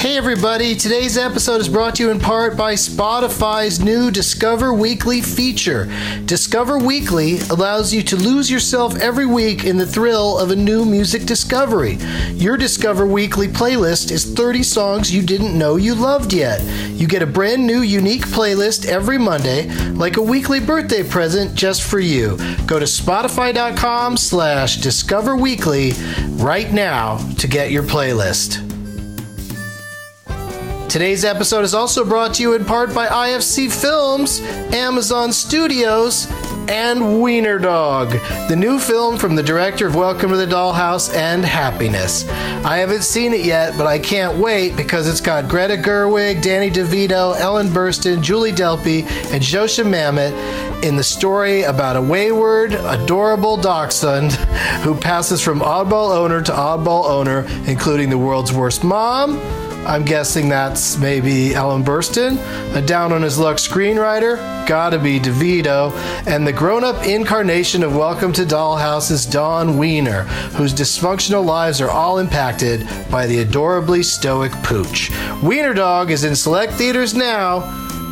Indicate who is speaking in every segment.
Speaker 1: Hey, everybody. Today's episode is brought to you in part by Spotify's new Discover Weekly feature. Discover Weekly allows you to lose yourself every week in the thrill of a new music discovery. Your Discover Weekly playlist is 30 songs you didn't know you loved yet. You get a brand new, unique playlist every Monday, like a weekly birthday present just for you. Go to spotify.com slash discover weekly right now to get your playlist. Today's episode is also brought to you in part by IFC Films, Amazon Studios, and Wiener Dog, the new film from the director of Welcome to the Dollhouse and Happiness. I haven't seen it yet, but I can't wait because it's got Greta Gerwig, Danny DeVito, Ellen Burstyn, Julie Delpy, and Josha Mamet in the story about a wayward, adorable dachshund who passes from oddball owner to oddball owner, including the world's worst mom. I'm guessing that's maybe Ellen Burstyn, a down on his luck screenwriter, gotta be DeVito, and the grown up incarnation of Welcome to Dollhouse's Don Wiener, whose dysfunctional lives are all impacted by the adorably stoic pooch. Wiener Dog is in select theaters now.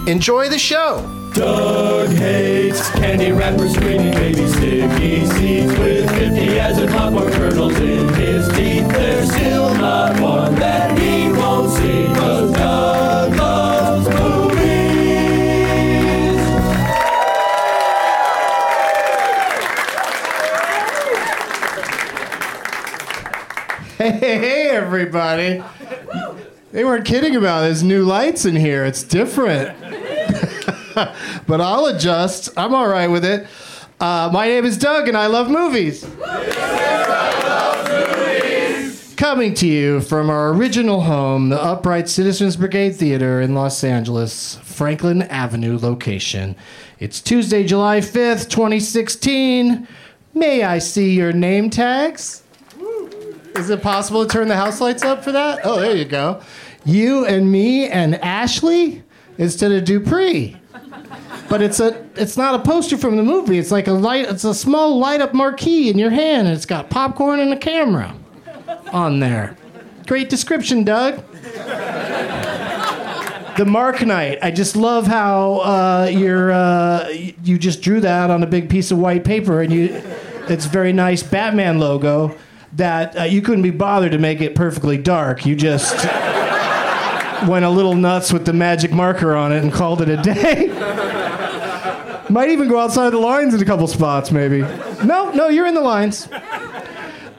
Speaker 1: Enjoy the show!
Speaker 2: Doug hates candy wrappers, screaming baby sticky seeds with 50 as and popcorn kernels in his teeth. There's still not one that he won't see 'cause Doug loves movies.
Speaker 3: Hey, hey, hey, everybody. They weren't kidding about it. There's new lights in here. It's different. but I'll adjust. I'm all right with it. Uh, my name is Doug, and I love movies. Because
Speaker 1: Coming to you from our original home, the Upright Citizens Brigade Theater in Los Angeles, Franklin Avenue location. It's Tuesday, July 5th, 2016. May I see your name tags? Is it possible to turn the house lights up for that? Oh, there you go. You and me and Ashley instead of Dupree. But it's a it's not a poster from the movie. It's like a light it's a small light up marquee in your hand and it's got popcorn and a camera on there. Great description, Doug. the Mark Knight. I just love how uh, you're uh, y- you just drew that on a big piece of white paper, and you it's very nice Batman logo. That uh, you couldn't be bothered to make it perfectly dark. You just went a little nuts with the magic marker on it and called it a day. Might even go outside the lines in a couple spots, maybe. No, no, you're in the lines.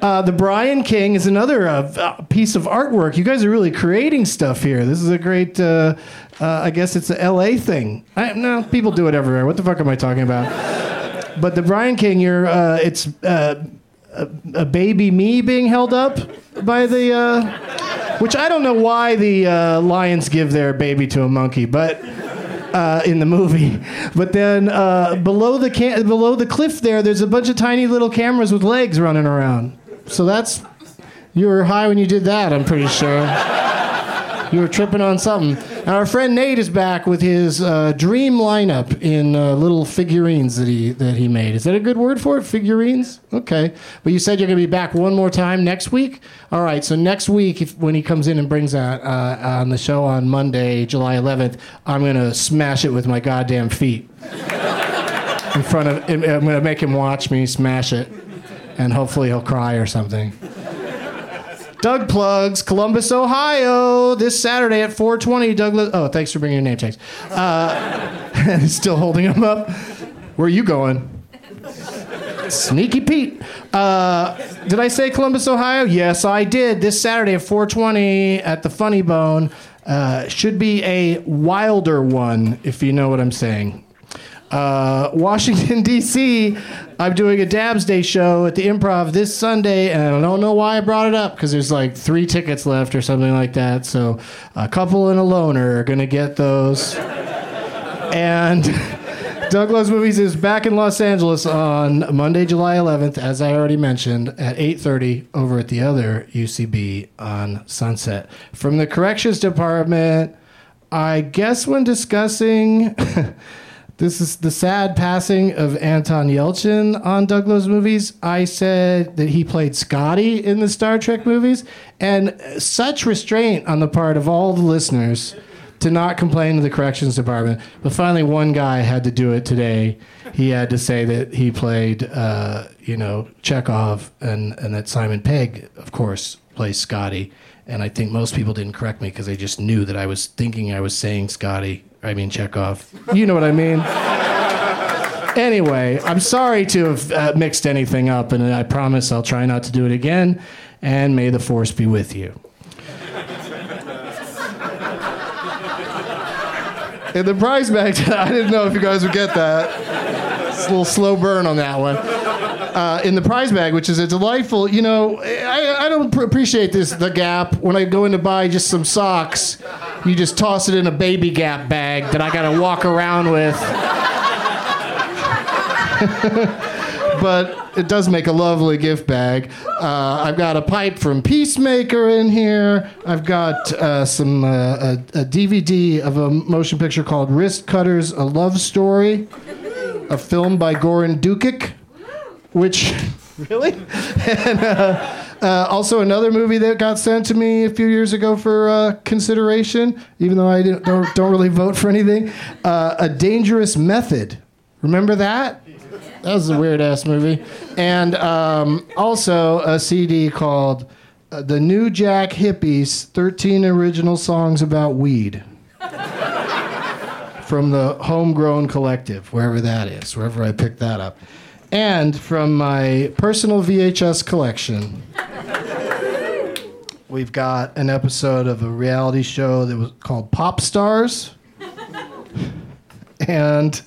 Speaker 1: Uh, the Brian King is another uh, v- uh, piece of artwork. You guys are really creating stuff here. This is a great. Uh, uh, I guess it's a LA thing. I, no, people do it everywhere. What the fuck am I talking about? but the Brian King, you're. Uh, it's uh, a, a baby me being held up by the. Uh, which I don't know why the uh, lions give their baby to a monkey, but uh, in the movie. But then uh, below the ca- below the cliff there, there's a bunch of tiny little cameras with legs running around. So that's you were high when you did that. I'm pretty sure you were tripping on something. And our friend Nate is back with his uh, dream lineup in uh, little figurines that he that he made. Is that a good word for it? Figurines? Okay. But you said you're going to be back one more time next week. All right. So next week, if, when he comes in and brings that uh, on the show on Monday, July 11th, I'm going to smash it with my goddamn feet in front of. I'm going to make him watch me smash it, and hopefully he'll cry or something. Doug plugs Columbus, Ohio, this Saturday at 4:20. Douglas. Oh, thanks for bringing your name tags. Uh, still holding them up. Where are you going? Sneaky Pete. Uh, did I say Columbus, Ohio? Yes, I did. This Saturday at 4:20 at the Funny Bone. Uh, should be a wilder one, if you know what I'm saying. Uh, Washington, D.C., I'm doing a Dabs Day show at the improv this Sunday, and I don't know why I brought it up because there's like three tickets left or something like that. So a couple and a loner are going to get those. and Douglas Movies is back in Los Angeles on Monday, July 11th, as I already mentioned, at 8.30 over at the other UCB on Sunset. From the Corrections Department, I guess when discussing... This is the sad passing of Anton Yelchin on Douglas movies. I said that he played Scotty in the Star Trek movies, and such restraint on the part of all the listeners to not complain to the corrections department. But finally, one guy had to do it today. He had to say that he played, uh, you know, Chekhov, and and that Simon Pegg, of course, plays Scotty. And I think most people didn't correct me because they just knew that I was thinking I was saying Scotty. I mean Chekhov. You know what I mean. anyway, I'm sorry to have uh, mixed anything up, and I promise I'll try not to do it again. And may the force be with you. In the prize bag, I didn't know if you guys would get that. It's a little slow burn on that one. Uh, in the prize bag, which is a delightful, you know, I, I don't pr- appreciate this, the gap. When I go in to buy just some socks, you just toss it in a baby gap bag that I gotta walk around with. but it does make a lovely gift bag. Uh, I've got a pipe from Peacemaker in here. I've got uh, some uh, a, a DVD of a motion picture called Wrist Cutters: A Love Story, a film by Goran Dukic, which really and. Uh, uh, also, another movie that got sent to me a few years ago for uh, consideration, even though I didn't, don't, don't really vote for anything, uh, A Dangerous Method. Remember that? That was a weird ass movie. And um, also a CD called uh, The New Jack Hippies 13 Original Songs About Weed from the Homegrown Collective, wherever that is, wherever I picked that up. And from my personal VHS collection, we've got an episode of a reality show that was called Pop Stars. and.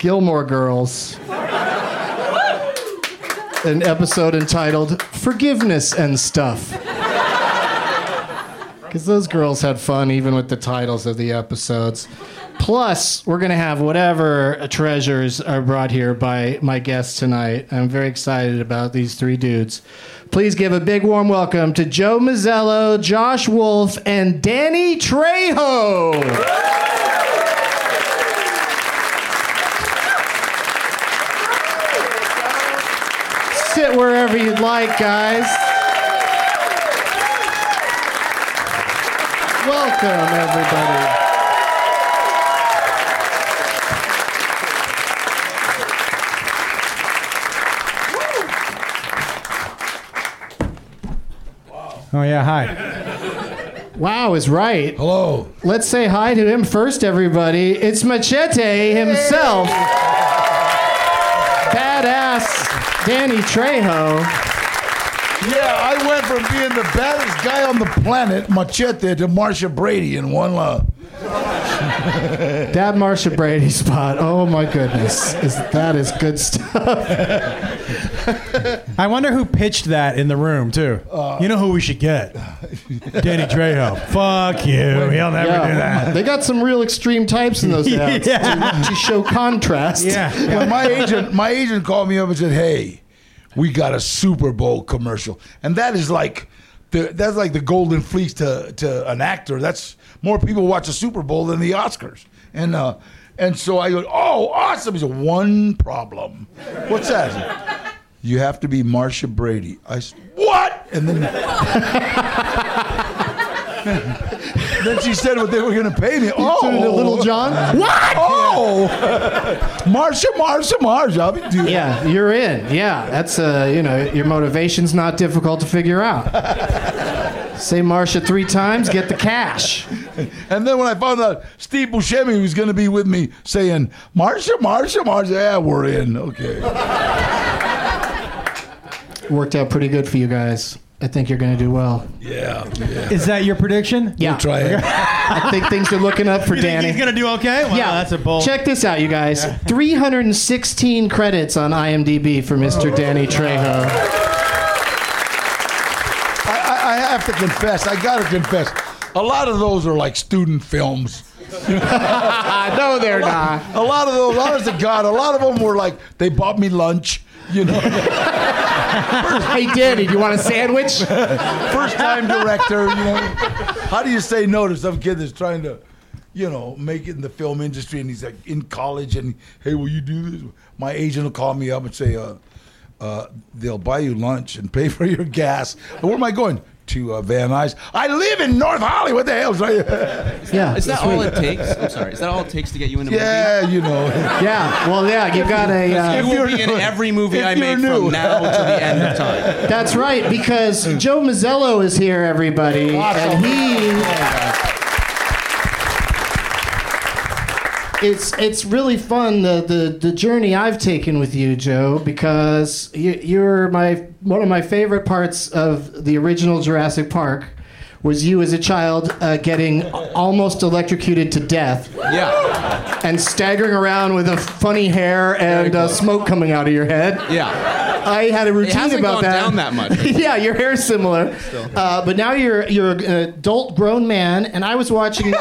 Speaker 1: Gilmore Girls. an episode entitled Forgiveness and Stuff. Because those girls had fun even with the titles of the episodes. Plus, we're going to have whatever treasures are brought here by my guests tonight. I'm very excited about these three dudes. Please give a big warm welcome to Joe Mazzello, Josh Wolf, and Danny Trejo. Sit wherever you'd like, guys. Welcome, everybody.
Speaker 4: Oh yeah, hi.
Speaker 1: Wow is right.
Speaker 4: Hello.
Speaker 1: Let's say hi to him first, everybody. It's Machete himself. Badass Danny Trejo.
Speaker 4: Yeah, I went from being the baddest guy on the planet, Machete, to Marsha Brady in one love.
Speaker 1: That Marsha Brady spot. Oh my goodness. Is, that is good stuff.
Speaker 5: I wonder who pitched that in the room too. you know who we should get? Danny Trejo. Fuck you. He'll never do that.
Speaker 1: They got some real extreme types in those ads to-
Speaker 5: Yeah.
Speaker 1: to, show contrast.
Speaker 5: Yeah.
Speaker 4: When my agent, my agent called me up and said, "Hey, we got a Super Bowl commercial," and that is like, the, that's like the golden fleece to to an actor. That's more people watch the Super Bowl than the Oscars, and uh, and so I go, "Oh, awesome!" He said, "One problem. What's that?" I said, you have to be Marsha Brady. I said, what? And then, then she said what they were going to pay me. oh,
Speaker 1: turned into Little John?
Speaker 4: What? Oh, Marsha, Marsha, Marsha. I'll be doing
Speaker 1: Yeah, you're in. Yeah, that's uh, you know, your motivation's not difficult to figure out. Say Marsha three times, get the cash.
Speaker 4: And then when I found out Steve Buscemi was going to be with me saying, Marsha, Marsha, Marsha, yeah, we're in. Okay.
Speaker 1: Worked out pretty good for you guys. I think you're gonna do well.
Speaker 4: Yeah. yeah.
Speaker 5: Is that your prediction?
Speaker 1: Yeah,
Speaker 4: Try it.
Speaker 1: I think things are looking up for
Speaker 5: You think
Speaker 1: Danny.
Speaker 5: he's gonna do okay? Wow,
Speaker 1: yeah,
Speaker 5: Oh, that's a bold.
Speaker 1: Check this out, you guys. 316 credits on IMDb for
Speaker 5: Oh.
Speaker 1: Mr. Danny Trejo.
Speaker 4: I, I, I have to confess, I got to confess, a lot of those are like student films.
Speaker 1: Uh, no, they're not.
Speaker 4: A lot of those, honest to God, a lot of them were like, they bought me lunch. You know,
Speaker 1: Hey, Danny, do you want a sandwich?
Speaker 4: first time director, you know. How do you say no to some kid that's trying to, you know, make it in the film industry and he's like in college and, hey, will you do this? My agent will call me up and say, uh, uh, they'll buy you lunch and pay for your gas. Where am I going? To uh, Van Nuys. I live in North Hollywood. What the hell?
Speaker 1: Yeah.
Speaker 6: Is that all it takes? I'm sorry. Is that all it takes to get you in a
Speaker 4: yeah, you know.
Speaker 1: Yeah. Well, yeah, you got a.
Speaker 6: movie?
Speaker 1: Uh,
Speaker 6: You will be in every movie
Speaker 4: if
Speaker 6: I
Speaker 4: you're
Speaker 6: make
Speaker 4: new.
Speaker 6: from now to the end of time.
Speaker 1: That's right, because Joe Mazzello is here, everybody,
Speaker 4: Awesome.
Speaker 1: and he. It's it's really fun the, the the journey I've taken with you, Joe, because you, you're my one of my favorite parts of the original Jurassic Park was you as a child uh, getting a- almost electrocuted to death
Speaker 6: Yeah.
Speaker 1: and staggering around with a funny hair and uh, smoke coming out of your head.
Speaker 6: Yeah.
Speaker 1: I had a routine
Speaker 6: It hasn't
Speaker 1: about
Speaker 6: gone
Speaker 1: that.
Speaker 6: down that much.
Speaker 1: yeah, your hair's similar, uh, but now you're you're an adult grown man, and I was watching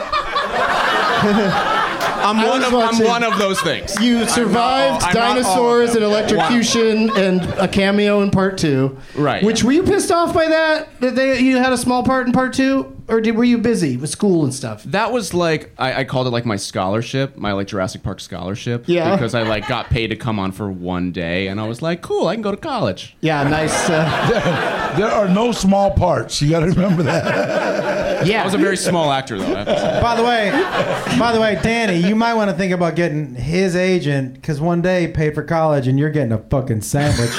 Speaker 6: I'm
Speaker 1: I
Speaker 6: one
Speaker 1: was
Speaker 6: of I'm
Speaker 1: watching-
Speaker 6: one of those things.
Speaker 1: you survived
Speaker 6: I'm not all of
Speaker 1: dinosaurs and
Speaker 6: them.
Speaker 1: electrocution and a cameo in part two.
Speaker 6: Right.
Speaker 1: Which were you pissed off by that? That they you had a small part in part two, or did, were you busy with school and stuff?
Speaker 6: That was like I, I called it like my scholarship, my like Jurassic Park scholarship.
Speaker 1: Yeah.
Speaker 6: Because I like got paid to come on for one day, and I was like, cool, I can go to college.
Speaker 1: Yeah, nice. Uh,
Speaker 4: There are no small parts. You got to remember that.
Speaker 1: yeah.
Speaker 6: I was a very small actor though. I have to say.
Speaker 5: By the way, by the way, Danny, you might want to think about getting his agent because one day he paid for college and you're getting a fucking sandwich.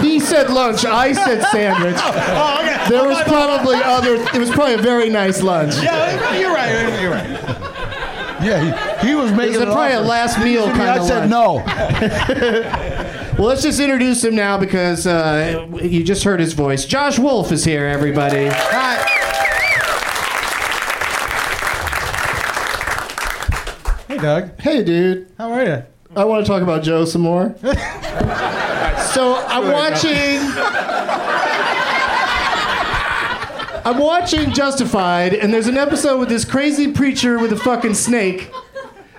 Speaker 1: He said lunch. I said sandwich.
Speaker 5: oh, okay.
Speaker 1: There was probably other. It was probably a very nice lunch.
Speaker 5: Yeah, you're right. You're right.
Speaker 4: Yeah, he, he was
Speaker 1: It was
Speaker 4: making an
Speaker 1: probably a
Speaker 4: offer.
Speaker 1: last meal
Speaker 4: I mean,
Speaker 1: kind
Speaker 4: I
Speaker 1: of
Speaker 4: said no.
Speaker 1: Well, let's just introduce him now because uh, you just heard his voice. Josh Wolf is here, everybody.
Speaker 5: Hi. Hey, Doug.
Speaker 1: Hey, dude.
Speaker 5: How are you?
Speaker 1: I want to talk about Joe some more. So I'm watching. I'm watching Justified, and there's an episode with this crazy preacher with a fucking snake.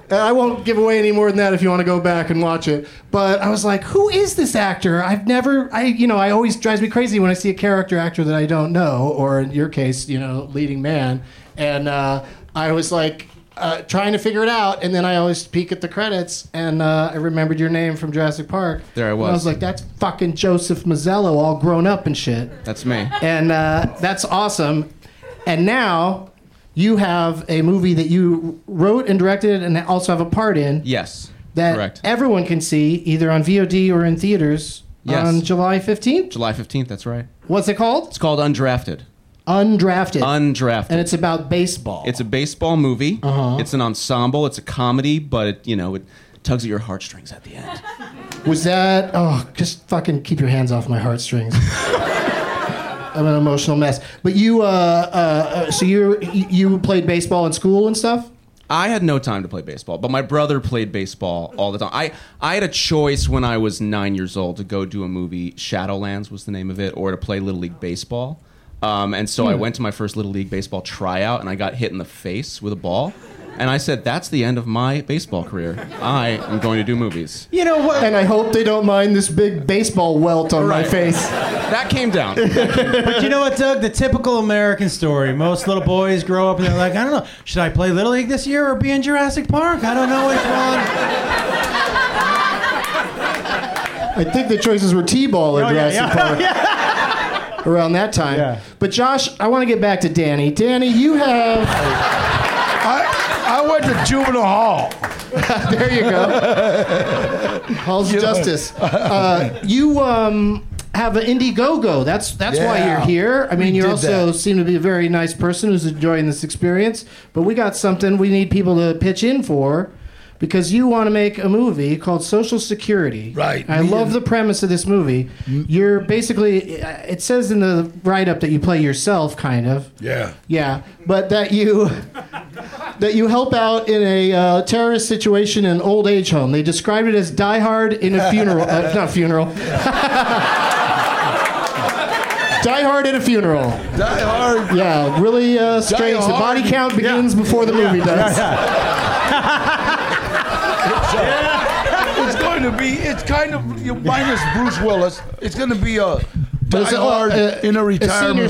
Speaker 1: And I won't give away any more than that if you want to go back and watch it. But I was like, who is this actor? I've never, I, you know, I always drives me crazy when I see a character actor that I don't know, or in your case, you know, leading man. And uh, I was like, uh, trying to figure it out, and then I always peek at the credits, and uh, I remembered your name from Jurassic Park.
Speaker 6: There I
Speaker 1: And I
Speaker 6: was.
Speaker 1: was like, that's fucking Joseph Mazzello, all grown up and shit
Speaker 6: That's me.
Speaker 1: and uh, that's awesome. And now you have a movie that you wrote and directed, and also have a part in
Speaker 6: Yes.
Speaker 1: that
Speaker 6: correct.
Speaker 1: everyone can see either on VOD or in theaters
Speaker 6: Yes.
Speaker 1: on July fifteenth.
Speaker 6: July 15th, that's right.
Speaker 1: What's it called?
Speaker 6: It's called Undrafted.
Speaker 1: Undrafted.
Speaker 6: Undrafted.
Speaker 1: and it's about baseball.
Speaker 6: It's a baseball movie. Uh-huh. It's an ensemble. It's a comedy, but it, you know, it tugs at your heartstrings at the end.
Speaker 1: Was that? Oh, just fucking keep your hands off my heartstrings. I'm an emotional mess. But you, uh, uh, uh, so you you played baseball in school and stuff.
Speaker 6: I had no time to play baseball, but my brother played baseball all the time. I, I had a choice when I was nine years old to go do a movie, Shadowlands was the name of it, or to play Little League Baseball. Um, and so I went to my first Little League Baseball tryout and I got hit in the face with a ball. And I said, that's the end of my baseball career. I am going to do movies.
Speaker 1: You know what? And I hope they don't mind this big baseball welt on my
Speaker 6: Right.
Speaker 1: face.
Speaker 6: That came down.
Speaker 5: But you know what, Doug? The typical American story. Most little boys grow up and they're like, I don't know, should I play Little League this year or be in Jurassic Park? I don't know which one.
Speaker 1: I think the choices were T-ball or
Speaker 5: Oh, yeah,
Speaker 1: Jurassic Park. Around that time.
Speaker 5: Yeah.
Speaker 1: But Josh, I want to get back to Danny. Danny, you have
Speaker 4: I went to juvenile hall.
Speaker 1: there you go. Halls of Justice. Uh, you um, have an Indiegogo. That's that's why
Speaker 4: Yeah.
Speaker 1: you're here. I mean,
Speaker 4: We
Speaker 1: you
Speaker 4: did
Speaker 1: also
Speaker 4: that.
Speaker 1: seem to be a very nice person who's enjoying this experience. But we got something we need people to pitch in for. Because you want to make a movie called Social Security.
Speaker 4: Right.
Speaker 1: I
Speaker 4: Me
Speaker 1: love
Speaker 4: and-
Speaker 1: the premise of this movie. You're basically, it says in the write up that you play yourself, kind of.
Speaker 4: Yeah.
Speaker 1: Yeah, but that you that you help out in a uh, terrorist situation in an old age home. They described it as Die Hard in a funeral, uh, not funeral. Die Hard at a funeral.
Speaker 4: Die hard.
Speaker 1: Yeah, really uh, strange. The
Speaker 4: Hard.
Speaker 1: body count begins before the movie does.
Speaker 4: It's going to be. It's kind of you minus Bruce Willis. It's going to be a. Die
Speaker 1: It's a-
Speaker 4: hard
Speaker 1: uh,
Speaker 4: in a
Speaker 1: a
Speaker 4: retirement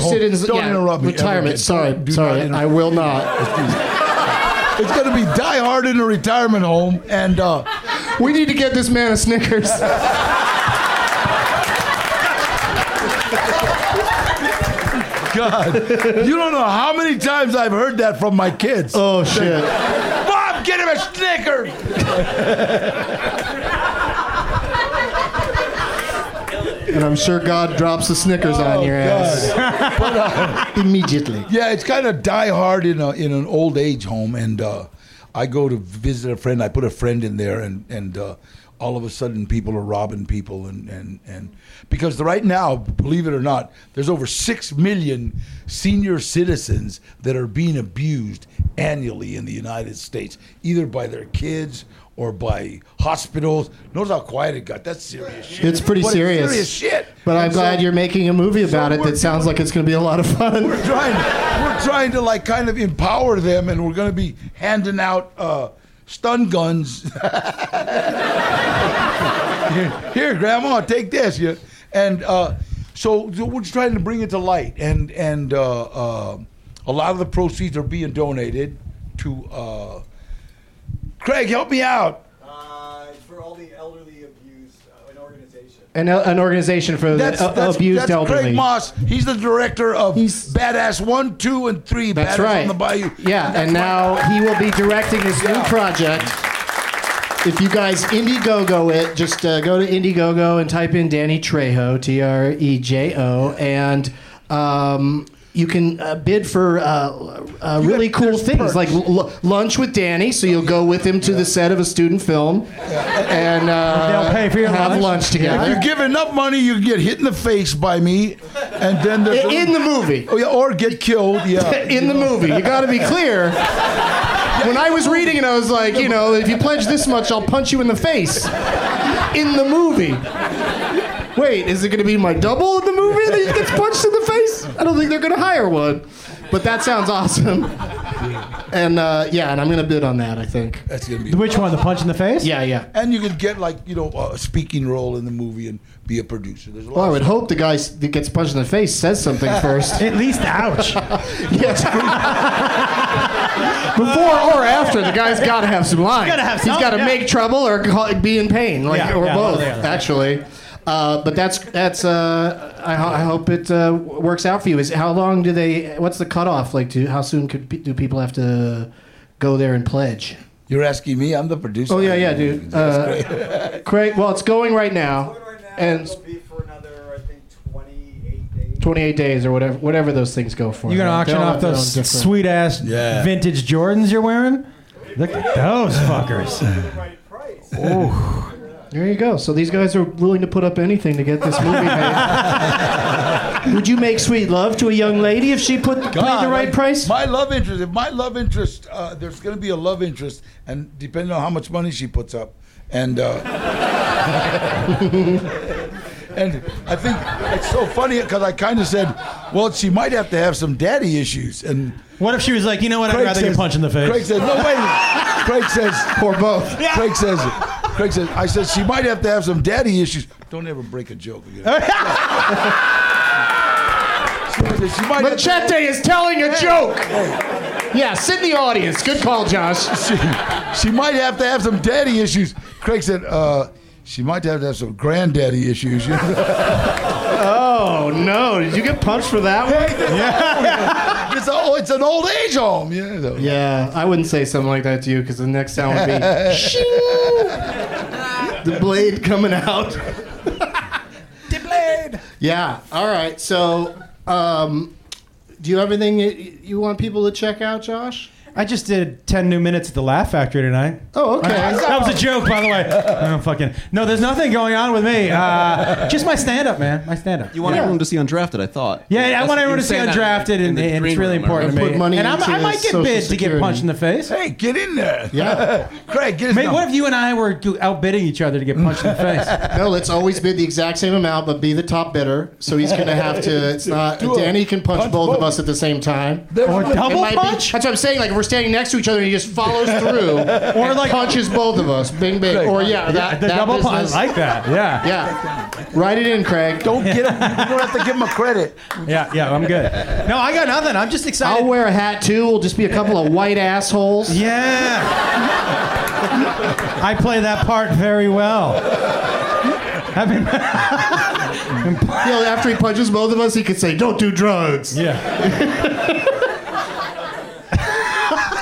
Speaker 1: senior
Speaker 4: home.
Speaker 1: citizen-
Speaker 4: Don't
Speaker 1: yeah,
Speaker 4: interrupt me. ever
Speaker 1: Retirement.
Speaker 4: again.
Speaker 1: Sorry,
Speaker 4: Do not
Speaker 1: sorry.
Speaker 4: interrupt
Speaker 1: I will not.
Speaker 4: It's going to be Die Hard in a retirement home, and uh,
Speaker 1: We need to get this man a Snickers.
Speaker 4: God, you don't know how many times I've heard that from my kids.
Speaker 1: Oh shit.
Speaker 4: Bob, get him a Snicker.
Speaker 1: And I'm sure God drops the Snickers
Speaker 4: Oh,
Speaker 1: on your ass uh, immediately.
Speaker 4: Yeah, it's kind of Die Hard in a in an old age home, and uh, I go to visit a friend. I put a friend in there, and and uh, all of a sudden people are robbing people, and and and because right now, believe it or not, there's over six million senior citizens that are being abused annually in the United States, either by their kids or by hospitals. Notice how quiet it got. That's serious shit.
Speaker 1: It's pretty
Speaker 4: But it's
Speaker 1: serious.
Speaker 4: serious shit.
Speaker 1: But I'm
Speaker 4: And
Speaker 1: glad
Speaker 4: so-
Speaker 1: you're making a movie about it
Speaker 4: we're
Speaker 1: that sounds
Speaker 4: doing-
Speaker 1: like it's going to be a lot of fun.
Speaker 4: we're trying we're trying to like kind of empower them and we're going to be handing out uh, stun guns here grandma take this you and uh, so we're just trying to bring it to light and and uh, uh, a lot of the proceeds are being donated to uh, craig help me out
Speaker 7: Uh, for all the elderly abused, uh, an organization.
Speaker 1: An, an organization for
Speaker 4: that's,
Speaker 1: the, uh,
Speaker 4: that's,
Speaker 1: abused
Speaker 4: that's Craig
Speaker 1: elderly.
Speaker 4: Moss. He's the director of
Speaker 1: He's-
Speaker 4: Badass 1, 2, and 3,
Speaker 1: That's
Speaker 4: Badass
Speaker 1: right.
Speaker 4: on the Bayou.
Speaker 1: Yeah,
Speaker 4: that's
Speaker 1: and
Speaker 4: my-
Speaker 1: now he will be directing his new
Speaker 4: Yeah.
Speaker 1: project. If you guys Indiegogo it, just uh, go to Indiegogo and type in Danny Trejo, T R E J O, and um, you can uh, bid for uh, uh, really
Speaker 4: got-
Speaker 1: cool
Speaker 4: there's
Speaker 1: things
Speaker 4: perks.
Speaker 1: like l- l- lunch with Danny. So you'll go with him to the set of a student film and uh,
Speaker 5: They'll pay for your
Speaker 1: have lunch,
Speaker 5: lunch.
Speaker 1: together.
Speaker 4: If you give enough money, you get hit in the face by me, and then there's-
Speaker 1: in the movie.
Speaker 4: Oh, yeah, or get killed. Yeah,
Speaker 1: in the movie. You got to be clear. When I was reading it, I was like, you know, if you pledge this much, I'll punch you in the face. In the movie. wait, is it going to be my double in the movie that gets punched in the face? I don't think they're going to hire one. But that sounds awesome. And uh, yeah, and I'm going to bid on that, I think.
Speaker 4: That's gonna be.
Speaker 5: Which one? The punch in the face?
Speaker 1: Yeah, yeah.
Speaker 4: And you could get like you know a speaking role in the movie and be a producer. There's a lot.
Speaker 1: Well, I
Speaker 4: of
Speaker 1: would
Speaker 4: stuff.
Speaker 1: hope the guy s- that gets punched in the face says something first.
Speaker 5: At least, ouch.
Speaker 1: Yes. Before or after, the guy's got to have some lines.
Speaker 5: Gotta have
Speaker 1: He's
Speaker 5: some,
Speaker 1: got to
Speaker 5: yeah.
Speaker 1: make trouble or ca- be in pain, like
Speaker 5: Yeah,
Speaker 1: or
Speaker 5: yeah,
Speaker 1: both,
Speaker 5: one or the other.
Speaker 1: actually. Uh, but that's that's. Uh, I, ho- I hope it uh, w- works out for you. Is how long do they? What's the cutoff? Like, to how soon could pe- do people have to go there and pledge?
Speaker 4: You're asking me. I'm the producer.
Speaker 1: Oh yeah, yeah, dude. Uh, Craig, well, it's going right now,
Speaker 7: Right now,
Speaker 1: and
Speaker 7: it'll be for another, I think, 28 days.
Speaker 1: 28 days or whatever, whatever those things go for.
Speaker 5: You're gonna
Speaker 1: They all
Speaker 5: auction
Speaker 1: have
Speaker 5: off
Speaker 1: their own
Speaker 5: those
Speaker 1: different-
Speaker 5: sweet ass
Speaker 4: Yeah.
Speaker 5: vintage Jordans you're wearing? Look at those fuckers.
Speaker 7: Right price.
Speaker 1: There you go. So these guys are willing to put up anything to get this movie made. Would you make sweet love to a young lady if she put paid the right
Speaker 4: like,
Speaker 1: price?
Speaker 4: My love interest. If my love interest, uh, there's going to be a love interest, and depending on how much money she puts up, and uh, and I think it's so funny because I kind of said, well, she might have to have some daddy issues, and
Speaker 5: What if she was like, you know what? I'd rather
Speaker 4: says,
Speaker 5: get punched in the face.
Speaker 4: Craig says, no wait. Craig says, or both. Craig says, Craig says, I said she might have to have some daddy issues. Don't ever break a joke again. she says, she might have to-
Speaker 1: Machete is telling a joke. Yeah, sit in the audience. Good call, Josh.
Speaker 4: she, she might have to have some daddy issues. Craig said, uh, she might have to have some granddaddy issues. You know?
Speaker 1: Oh no! Did you get punched for that one?
Speaker 4: it's, a, oh, it's an old age home. You know?
Speaker 1: Yeah, I wouldn't say something like that to you because the next sound would be "Shing!" the blade coming out.
Speaker 4: The blade.
Speaker 1: Yeah. All right. So, um, do you have anything you- you want people to check out, Josh?
Speaker 5: I just did 10 new minutes at the Laugh Factory tonight.
Speaker 1: Oh, okay.
Speaker 5: That was a joke, by the way. I'm fucking. No, there's nothing going on with me. Uh, just my stand up, man. My stand up.
Speaker 6: You want everyone to see Undrafted, I thought.
Speaker 5: Yeah, I want everyone to see
Speaker 6: saying that
Speaker 5: undrafted,
Speaker 6: in
Speaker 5: and,
Speaker 6: the
Speaker 5: and it's
Speaker 6: green
Speaker 5: really
Speaker 6: room, I
Speaker 5: important to me.
Speaker 1: put money
Speaker 5: and I'm, I
Speaker 1: into
Speaker 5: might get
Speaker 1: Social
Speaker 5: bid to get
Speaker 1: Security.
Speaker 5: punched in the face.
Speaker 4: Hey, get in there.
Speaker 1: Yeah.
Speaker 4: Craig, get his
Speaker 5: Mate, what
Speaker 4: number.
Speaker 5: if you and I were do- outbidding each other to get punched in the face?
Speaker 1: No, let's always bid the exact same amount, but be the top bidder. So he's going to have to. It's not.
Speaker 4: Do it.
Speaker 1: Danny can punch,
Speaker 4: Punch
Speaker 1: both, of
Speaker 4: both.
Speaker 1: us at the same time.
Speaker 4: There's
Speaker 5: Or
Speaker 4: no-
Speaker 5: double
Speaker 1: might
Speaker 5: punch?
Speaker 1: Be, that's what I'm saying. Like if we're standing next to each other, and he just follows through or
Speaker 5: like-
Speaker 1: like punches both of us. Bing, bing.
Speaker 4: Craig.
Speaker 1: Or yeah, that,
Speaker 5: the
Speaker 1: that
Speaker 5: double punch. I
Speaker 1: business.
Speaker 5: like that. Yeah.
Speaker 1: yeah, write it in, Craig.
Speaker 4: Don't get him. You don't have to give him a credit.
Speaker 5: Yeah, yeah, I'm good. No, I got nothing. I'm just excited.
Speaker 1: I'll wear a hat too. We'll just be a couple of white assholes.
Speaker 5: yeah. I play that part very well. I've been,
Speaker 1: You know, after he punches both of us, he could say, "Don't do drugs,"
Speaker 5: yeah.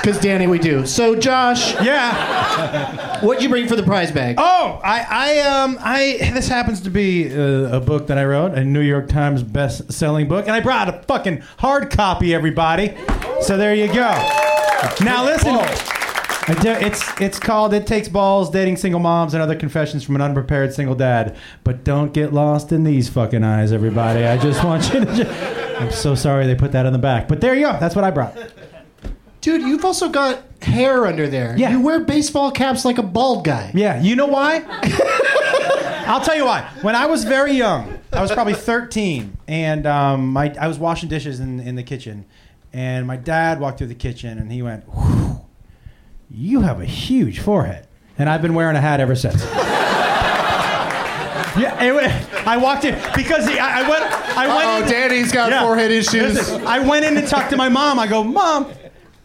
Speaker 1: because Danny, we do. So, Josh,
Speaker 5: Yeah.
Speaker 1: what'd you bring for the prize bag?
Speaker 5: Oh, I, I, um, I. This happens to be uh, a book that I wrote, a New York Times best-selling book, and I brought a fucking hard copy, everybody. So there you go. Now listen. I do- It's it's called "It Takes Balls: Dating Single Moms and Other Confessions from an Unprepared Single Dad." But don't get lost in these fucking eyes, everybody. I just want you to. Just, I'm so sorry they put that on the back, but there you go. That's what I brought.
Speaker 1: Dude, you've also got hair under there.
Speaker 5: Yeah.
Speaker 1: You wear baseball caps like a bald guy.
Speaker 5: Yeah, you know why? I'll tell you why. When I was very young, I was probably 13, and um, my, I was washing dishes in, in the kitchen, and my dad walked through the kitchen, and he went, "Whew, "You have a huge forehead," and I've been wearing a hat ever since. yeah, it, wa- I walked in because the, I, I went. I went.
Speaker 1: Oh,
Speaker 5: in-
Speaker 1: Danny's got
Speaker 5: yeah.
Speaker 1: forehead issues.
Speaker 5: Listen, I went in to talk to my mom. I go, Mom,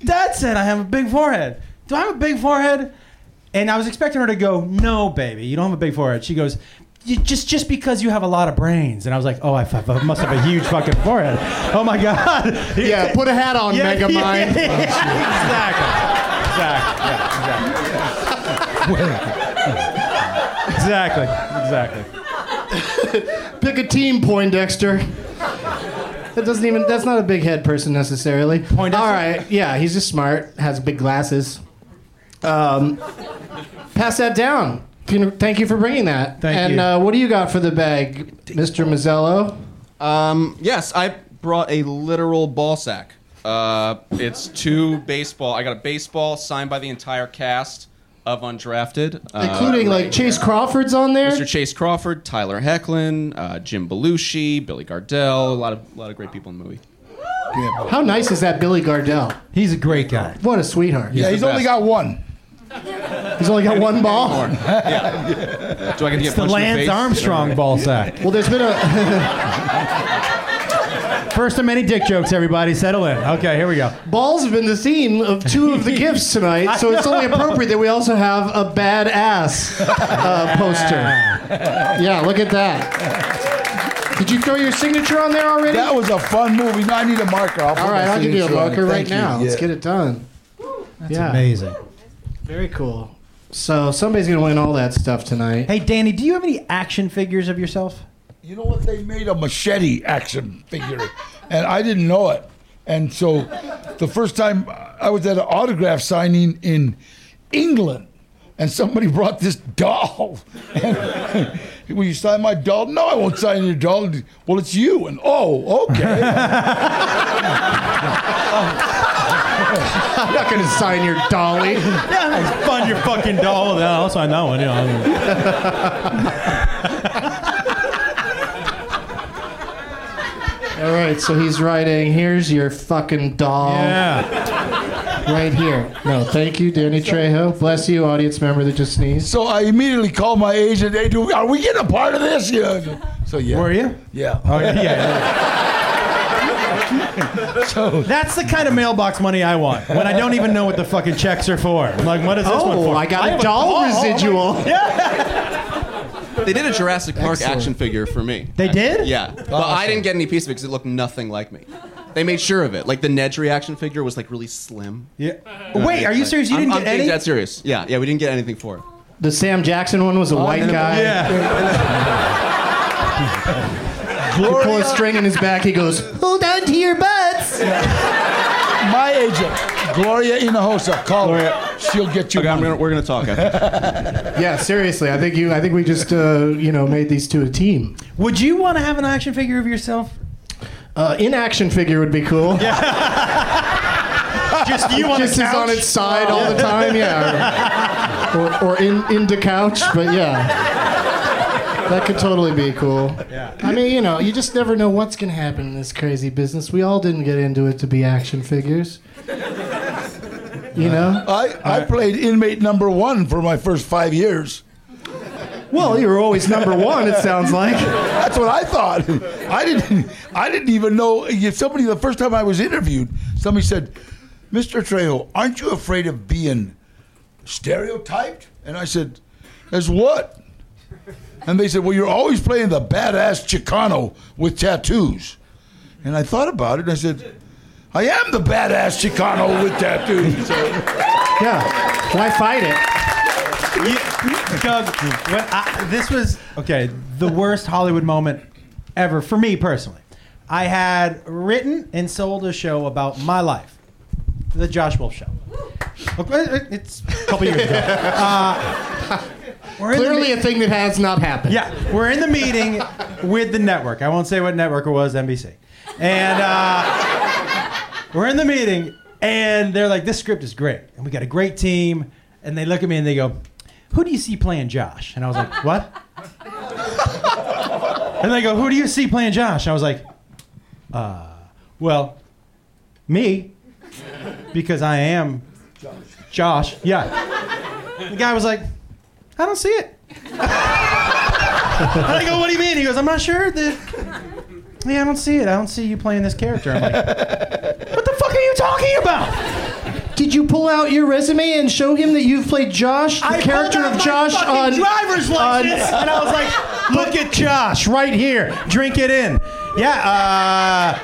Speaker 5: Dad said I have a big forehead. Do I have a big forehead? And I was expecting her to go, No, baby, you don't have a big forehead. She goes, "You- just just because you have a lot of brains. And I was like, Oh, I, f- I must have a huge fucking forehead. Oh my god.
Speaker 1: Yeah, put a hat on,
Speaker 5: Yeah,
Speaker 1: Mega
Speaker 5: yeah,
Speaker 1: Mind.
Speaker 5: yeah, exactly. Exactly. Yeah, exactly. exactly. Exactly.
Speaker 1: Pick a team, Poindexter. That doesn't even, that's not a big head person necessarily.
Speaker 5: Poindexter?
Speaker 1: All right. Yeah, he's just smart, has big glasses. Um, pass that down. Can- Thank you for bringing that.
Speaker 5: Thank
Speaker 1: and
Speaker 5: you.
Speaker 1: uh, what do you got for the bag, Mr. Mazzello?
Speaker 6: Um, yes, I brought a literal ball sack. Uh, it's two baseball. I got a baseball signed by the entire cast, of undrafted, uh,
Speaker 1: Including like Chase Crawford's on there.
Speaker 6: Mr. Chase Crawford, Tyler Hecklin, uh, Jim Belushi, Billy Gardell, a lot of a lot of great people in the movie.
Speaker 1: How nice is that Billy Gardell?
Speaker 5: He's a great guy.
Speaker 1: What a sweetheart.
Speaker 4: yeah, he's
Speaker 6: the
Speaker 4: only
Speaker 6: best.
Speaker 4: got one.
Speaker 1: He's only got one ball.
Speaker 6: Do I get to get
Speaker 5: It's the
Speaker 6: punched in the
Speaker 5: Lance
Speaker 6: face?
Speaker 5: Armstrong ball sack.
Speaker 1: Well, there's been a
Speaker 5: First of many dick jokes, everybody. Settle in. Okay, here we go.
Speaker 1: balls have been the theme of two of the gifts tonight, so it's only appropriate that we also have a badass uh, poster. Yeah, look at that. Did you throw your signature on there already?
Speaker 4: That was a fun movie. No, I need a marker. I'll put
Speaker 1: All
Speaker 4: my
Speaker 1: right, I'll give you a
Speaker 4: signature on it.
Speaker 1: marker right
Speaker 4: Thank you.
Speaker 1: now. Let's
Speaker 4: Yeah.
Speaker 1: get it done. That's
Speaker 5: Amazing.
Speaker 1: Very cool. So somebody's gonna win all that stuff tonight.
Speaker 5: Hey, Danny, do you have any action figures of yourself?
Speaker 4: You know what? They made a machete action figure, and I didn't know it. And so, the first time I was at an autograph signing in England, and somebody brought this doll. And, Will you sign my doll? No, I won't sign your doll. Well, it's you. And oh, okay.
Speaker 1: I'm not gonna sign your dolly.
Speaker 5: Yeah, fund your fucking doll. Yeah, I'll sign that one. Yeah. I mean-
Speaker 1: All right, so he's writing. Here's your fucking doll
Speaker 5: yeah.
Speaker 1: right here. No, thank you, Danny Trejo. Bless you, audience member that just sneezed.
Speaker 4: so I immediately called my agent. Hey, do, are we getting a part of this? Yeah. So yeah.
Speaker 5: Were you?
Speaker 4: Yeah.
Speaker 5: Oh, yeah, yeah.
Speaker 4: So
Speaker 5: That's the kind of mailbox money I want when I don't even know what the fucking checks are for. I'm like, what is this one
Speaker 1: Oh,
Speaker 5: for?
Speaker 1: I got
Speaker 5: have
Speaker 1: a doll residual.
Speaker 6: They did a Jurassic Park action figure for me.
Speaker 5: They did?
Speaker 6: Yeah, but I didn't get any piece of it because it looked nothing like me. They made sure of it. Like the Nedge reaction figure was like really slim.
Speaker 5: Yeah. Wait, are you serious? You
Speaker 6: I'm,
Speaker 5: didn't
Speaker 6: I'm
Speaker 5: get
Speaker 6: being
Speaker 5: any?
Speaker 6: dead serious. Yeah, yeah, we didn't get anything for it.
Speaker 1: The Sam Jackson one was a white guy.
Speaker 5: Yeah.
Speaker 1: You pull a string in his back. He goes, "Hold on to your butts."
Speaker 4: my agent, Gloria Hinojosa, call her. She'll get you.
Speaker 6: Okay, I'm
Speaker 4: money.
Speaker 6: gonna, we're gonna talk. After.
Speaker 1: Yeah, seriously. I think you. I think we just, uh, you know, made these two a team.
Speaker 5: Would you want to have an action figure of yourself?
Speaker 1: Uh, in action figure would be cool. Yeah,
Speaker 5: Just you on the
Speaker 1: kisses
Speaker 5: couch?
Speaker 1: on its side all the time. Yeah, or, or in into couch. But yeah, that could totally be cool. Yeah. I mean, you know, you just never know what's gonna happen in this crazy business. We all didn't get into it to be action figures. You know.
Speaker 4: I, I played inmate number one for my first five years.
Speaker 1: Well, you were always number one. It sounds like.
Speaker 4: That's what I thought. I didn't. I didn't even know. If somebody the first time I was interviewed, somebody said, "Mr. Trejo, aren't you afraid of being stereotyped?" And I said, "As what?" And they said, "Well, you're always playing the badass Chicano with tattoos." And I thought about it, and I said, "I am the badass Chicano with tattoos."
Speaker 1: Yeah. Why fight it?
Speaker 5: You- Doug, when I, this was okay. The worst Hollywood moment ever for me personally. I had written and sold a show about my life, the Josh Wolf Show. Okay, It's a couple years ago. Uh, we're in the
Speaker 1: Clearly, a thing that has not happened.
Speaker 5: Yeah, we're in the meeting with the network. I won't say what network it was, NBC. And uh, we're in the meeting, and they're like, "This script is great, and we got a great team." And they look at me and they go, "Who do you see playing Josh?" And I was like, "What?" and they go, "Who do you see playing Josh?" And I was like, "Uh, well, me, because I am Josh." Yeah. The guy was like, "I don't see it." And I go, what do you mean? He goes, I'm not sure. That... Yeah, I don't see it. I don't see you playing this character. I'm like, what the fuck are you talking about?
Speaker 1: Did you pull out your resume and show him that you've played Josh, the
Speaker 5: I
Speaker 1: character
Speaker 5: pulled out
Speaker 1: of
Speaker 5: my
Speaker 1: Josh
Speaker 5: fucking
Speaker 1: on
Speaker 5: driver's license, and I was like, look at Josh right here. Drink it in. Yeah.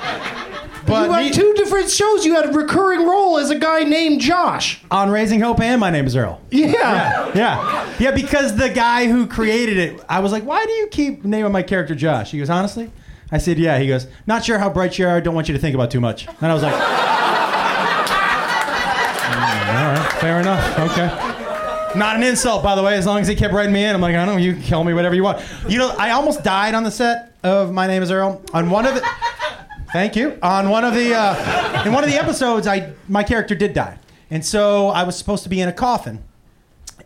Speaker 5: Uh, but
Speaker 1: You
Speaker 5: me-
Speaker 1: had two different shows. You had a recurring role as a guy named Josh.
Speaker 5: on Raising Hope, and my name is Earl.
Speaker 1: Yeah.
Speaker 5: Yeah. Yeah, because the guy who created it, I was like, why do you keep naming my character Josh? He goes, honestly? I said, yeah. He goes, not sure how bright you are. Don't want you to think about too much. And I was like, "Mm, all right, fair enough. Okay. Not an insult, by the way, as long as he kept writing me in. I'm like, I don't know, you can kill me whatever you want. You know, I almost died on the set of My Name is Earl. On one of the. Thank you. On one of the uh, in one of the episodes, I my character did die, and so I was supposed to be in a coffin,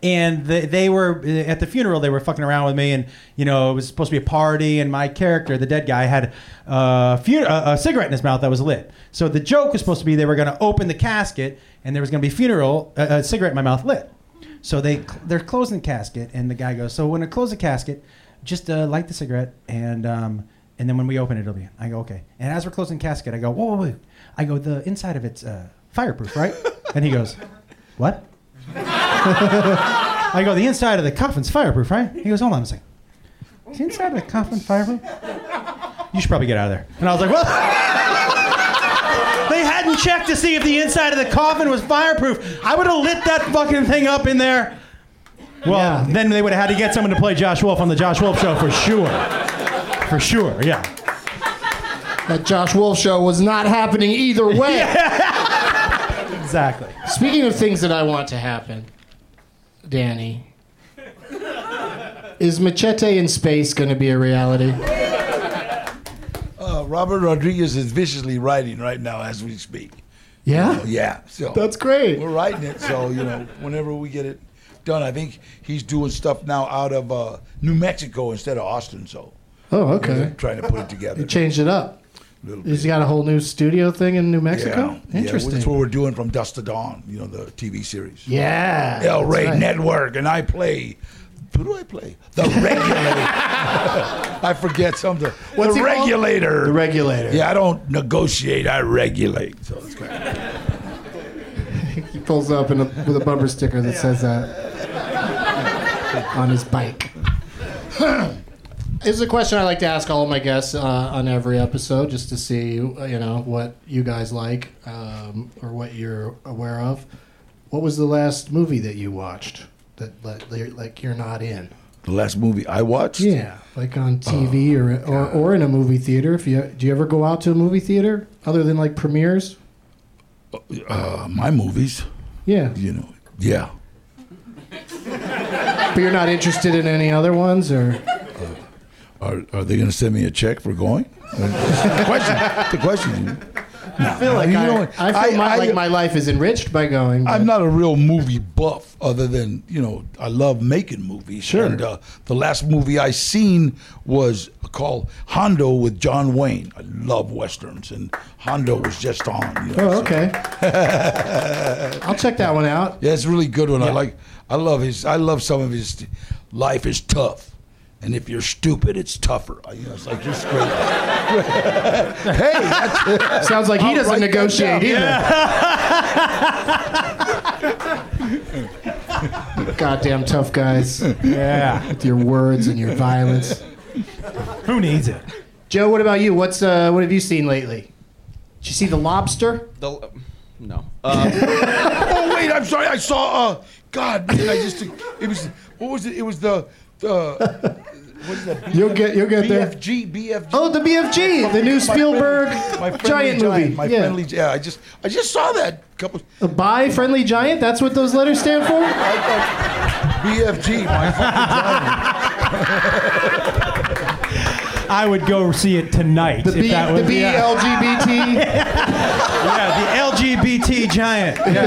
Speaker 5: and they, they were uh, at the funeral they were fucking around with me and you know it was supposed to be a party and my character the dead guy had uh, fu- a, a cigarette in his mouth that was lit so the joke was supposed to be they were going to open the casket and there was going to be funeral uh, a cigarette in my mouth lit so they cl- they're closing the casket and the guy goes so when I close the casket just uh, light the cigarette and um, and then when we open it, it'll be. I go okay. And as we're closing the casket, I go whoa, whoa, whoa. I go the inside of it's uh, fireproof, right? and he goes, what? I go, the inside of the coffin's fireproof, right? He goes, hold on a second. Is the inside of the coffin fireproof? You should probably get out of there. And I was like, well. They hadn't checked to see if the inside of the coffin was fireproof. I would have lit that fucking thing up in there. Well, then they would have had to get someone to play Josh Wolf on the Josh Wolf show for sure. For sure, yeah.
Speaker 1: That Josh Wolf show was not happening either way.
Speaker 5: Exactly.
Speaker 1: Speaking of things that I want to happen, Danny, is Machete in Space going to be a reality?
Speaker 4: Uh, Robert Rodriguez is viciously writing right now as we speak.
Speaker 1: Yeah?
Speaker 4: Yeah, so
Speaker 1: That's great.
Speaker 4: We're writing it, so you know, whenever we get it done, I think he's doing stuff now out of uh, New Mexico instead of Austin. So
Speaker 1: Oh,
Speaker 4: we're
Speaker 1: okay.
Speaker 4: trying to put it together.
Speaker 1: You changed it up.
Speaker 4: Little bit.
Speaker 1: He's got a whole new studio thing in New Mexico?
Speaker 4: Yeah,
Speaker 1: Interesting.
Speaker 4: Yeah, that's what we're doing from Dust to Dawn. You know, the TV series.
Speaker 1: Yeah.
Speaker 4: El
Speaker 1: that's
Speaker 4: Rey
Speaker 1: right.
Speaker 4: Network, and I play. Who do I play? The regulator. I forget something.
Speaker 1: What's
Speaker 4: the
Speaker 1: he called?
Speaker 4: regulator.
Speaker 1: The regulator.
Speaker 4: Yeah, I don't negotiate. I regulate. So it's kind of,
Speaker 1: He pulls up in a, with a bumper sticker that says that on his bike. It's a question I like to ask all of my guests uh, on every episode, just to see uh, you know what you guys like um, or what you're aware of. What was the last movie that you watched that, that like you're not in?
Speaker 4: the last movie I watched.
Speaker 1: Yeah, like on
Speaker 4: Oh,
Speaker 1: TV or, or or in a movie theater. If you do you ever go out to a movie theater other than like premieres?
Speaker 4: Uh, my movies.
Speaker 1: Yeah,
Speaker 4: You know. Yeah.
Speaker 1: but you're not interested in any other ones or.
Speaker 4: Are, are they going to send me a check for going? the question. The question. No,
Speaker 1: I feel like I, I feel my, like my life is enriched by going. but-
Speaker 4: I'm not a real movie buff, other than you know I love making movies. Sure. And uh, the last movie I seen was called Hondo with John Wayne. I love westerns, and Hondo was just on. you know,
Speaker 1: Oh,
Speaker 4: so-
Speaker 1: okay. I'll check that one out.
Speaker 4: Yeah, it's a really good one. I like. I love his. I love some of his. Life is tough, and if you're stupid, it's tougher. I, you know, it's like you're straight. hey, that's it.
Speaker 1: Sounds like he
Speaker 4: I'll
Speaker 1: doesn't
Speaker 4: write that
Speaker 1: negotiate
Speaker 4: down.
Speaker 1: either. Goddamn tough guys with
Speaker 5: Yeah.
Speaker 1: your words and your violence.
Speaker 5: Who needs it?
Speaker 1: Joe, what about you? What's uh, what have you seen lately? Did you see the lobster?
Speaker 6: The, no. Uh,
Speaker 4: Oh wait, I'm sorry. I saw. Uh, God, man, I just. It was. What was it? It was the. the what is that?
Speaker 1: You'll get you'll get there.
Speaker 4: BFG. BFG.
Speaker 1: Oh, the BFG, the new
Speaker 4: My friendly-
Speaker 1: Spielberg
Speaker 4: my friendly
Speaker 1: giant movie.
Speaker 4: My
Speaker 1: yeah.
Speaker 4: friendly. Yeah, I just. I just saw that couple.
Speaker 1: A bi friendly giant. That's what those letters stand for.
Speaker 4: I thought BFG. My fucking giant.
Speaker 5: I would go see it tonight
Speaker 1: The
Speaker 5: if
Speaker 1: B,
Speaker 5: that was
Speaker 1: the B
Speaker 5: yeah.
Speaker 1: L G B T.
Speaker 5: yeah, the LGBT giant. Yeah.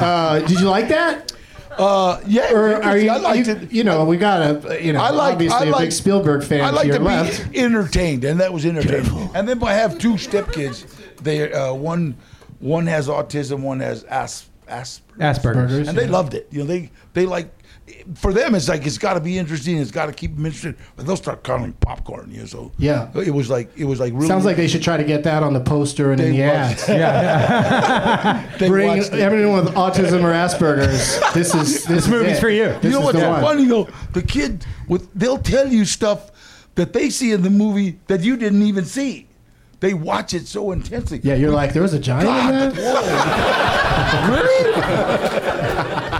Speaker 1: Uh, did you like that?
Speaker 4: Uh, yeah.
Speaker 1: Or are you,
Speaker 4: I liked
Speaker 1: you,
Speaker 4: it.
Speaker 1: you know, we got a, you know,
Speaker 4: I like.
Speaker 1: obviously
Speaker 4: I
Speaker 1: a
Speaker 4: like,
Speaker 1: big Spielberg fan
Speaker 4: I like
Speaker 1: to your
Speaker 4: to be
Speaker 1: left.
Speaker 4: entertained, and that was entertaining. And then I have two stepkids. They uh, one one has autism, one has asp. Asperger's.
Speaker 5: Asperger's.
Speaker 4: and they loved it. You know, they they like for them it's like it's got to be interesting. It's got to keep them interested. But they'll start calling popcorn. You know, so
Speaker 1: Yeah.
Speaker 4: it was like it was like really
Speaker 1: Sounds like they should try to get that on the poster and in the
Speaker 4: They
Speaker 1: ads.
Speaker 4: watched- they
Speaker 1: Bring
Speaker 4: watched it.
Speaker 1: everyone with autism or Asperger's. This is this, is
Speaker 5: movie's
Speaker 1: it.
Speaker 5: for you.
Speaker 1: This
Speaker 4: You know
Speaker 1: is
Speaker 4: what's
Speaker 1: the one.
Speaker 4: funny though? The kid with they'll tell you stuff that they see in the movie that you didn't even see. They watch it so intensely.
Speaker 1: Yeah, you're like there was a giant in that.
Speaker 4: really?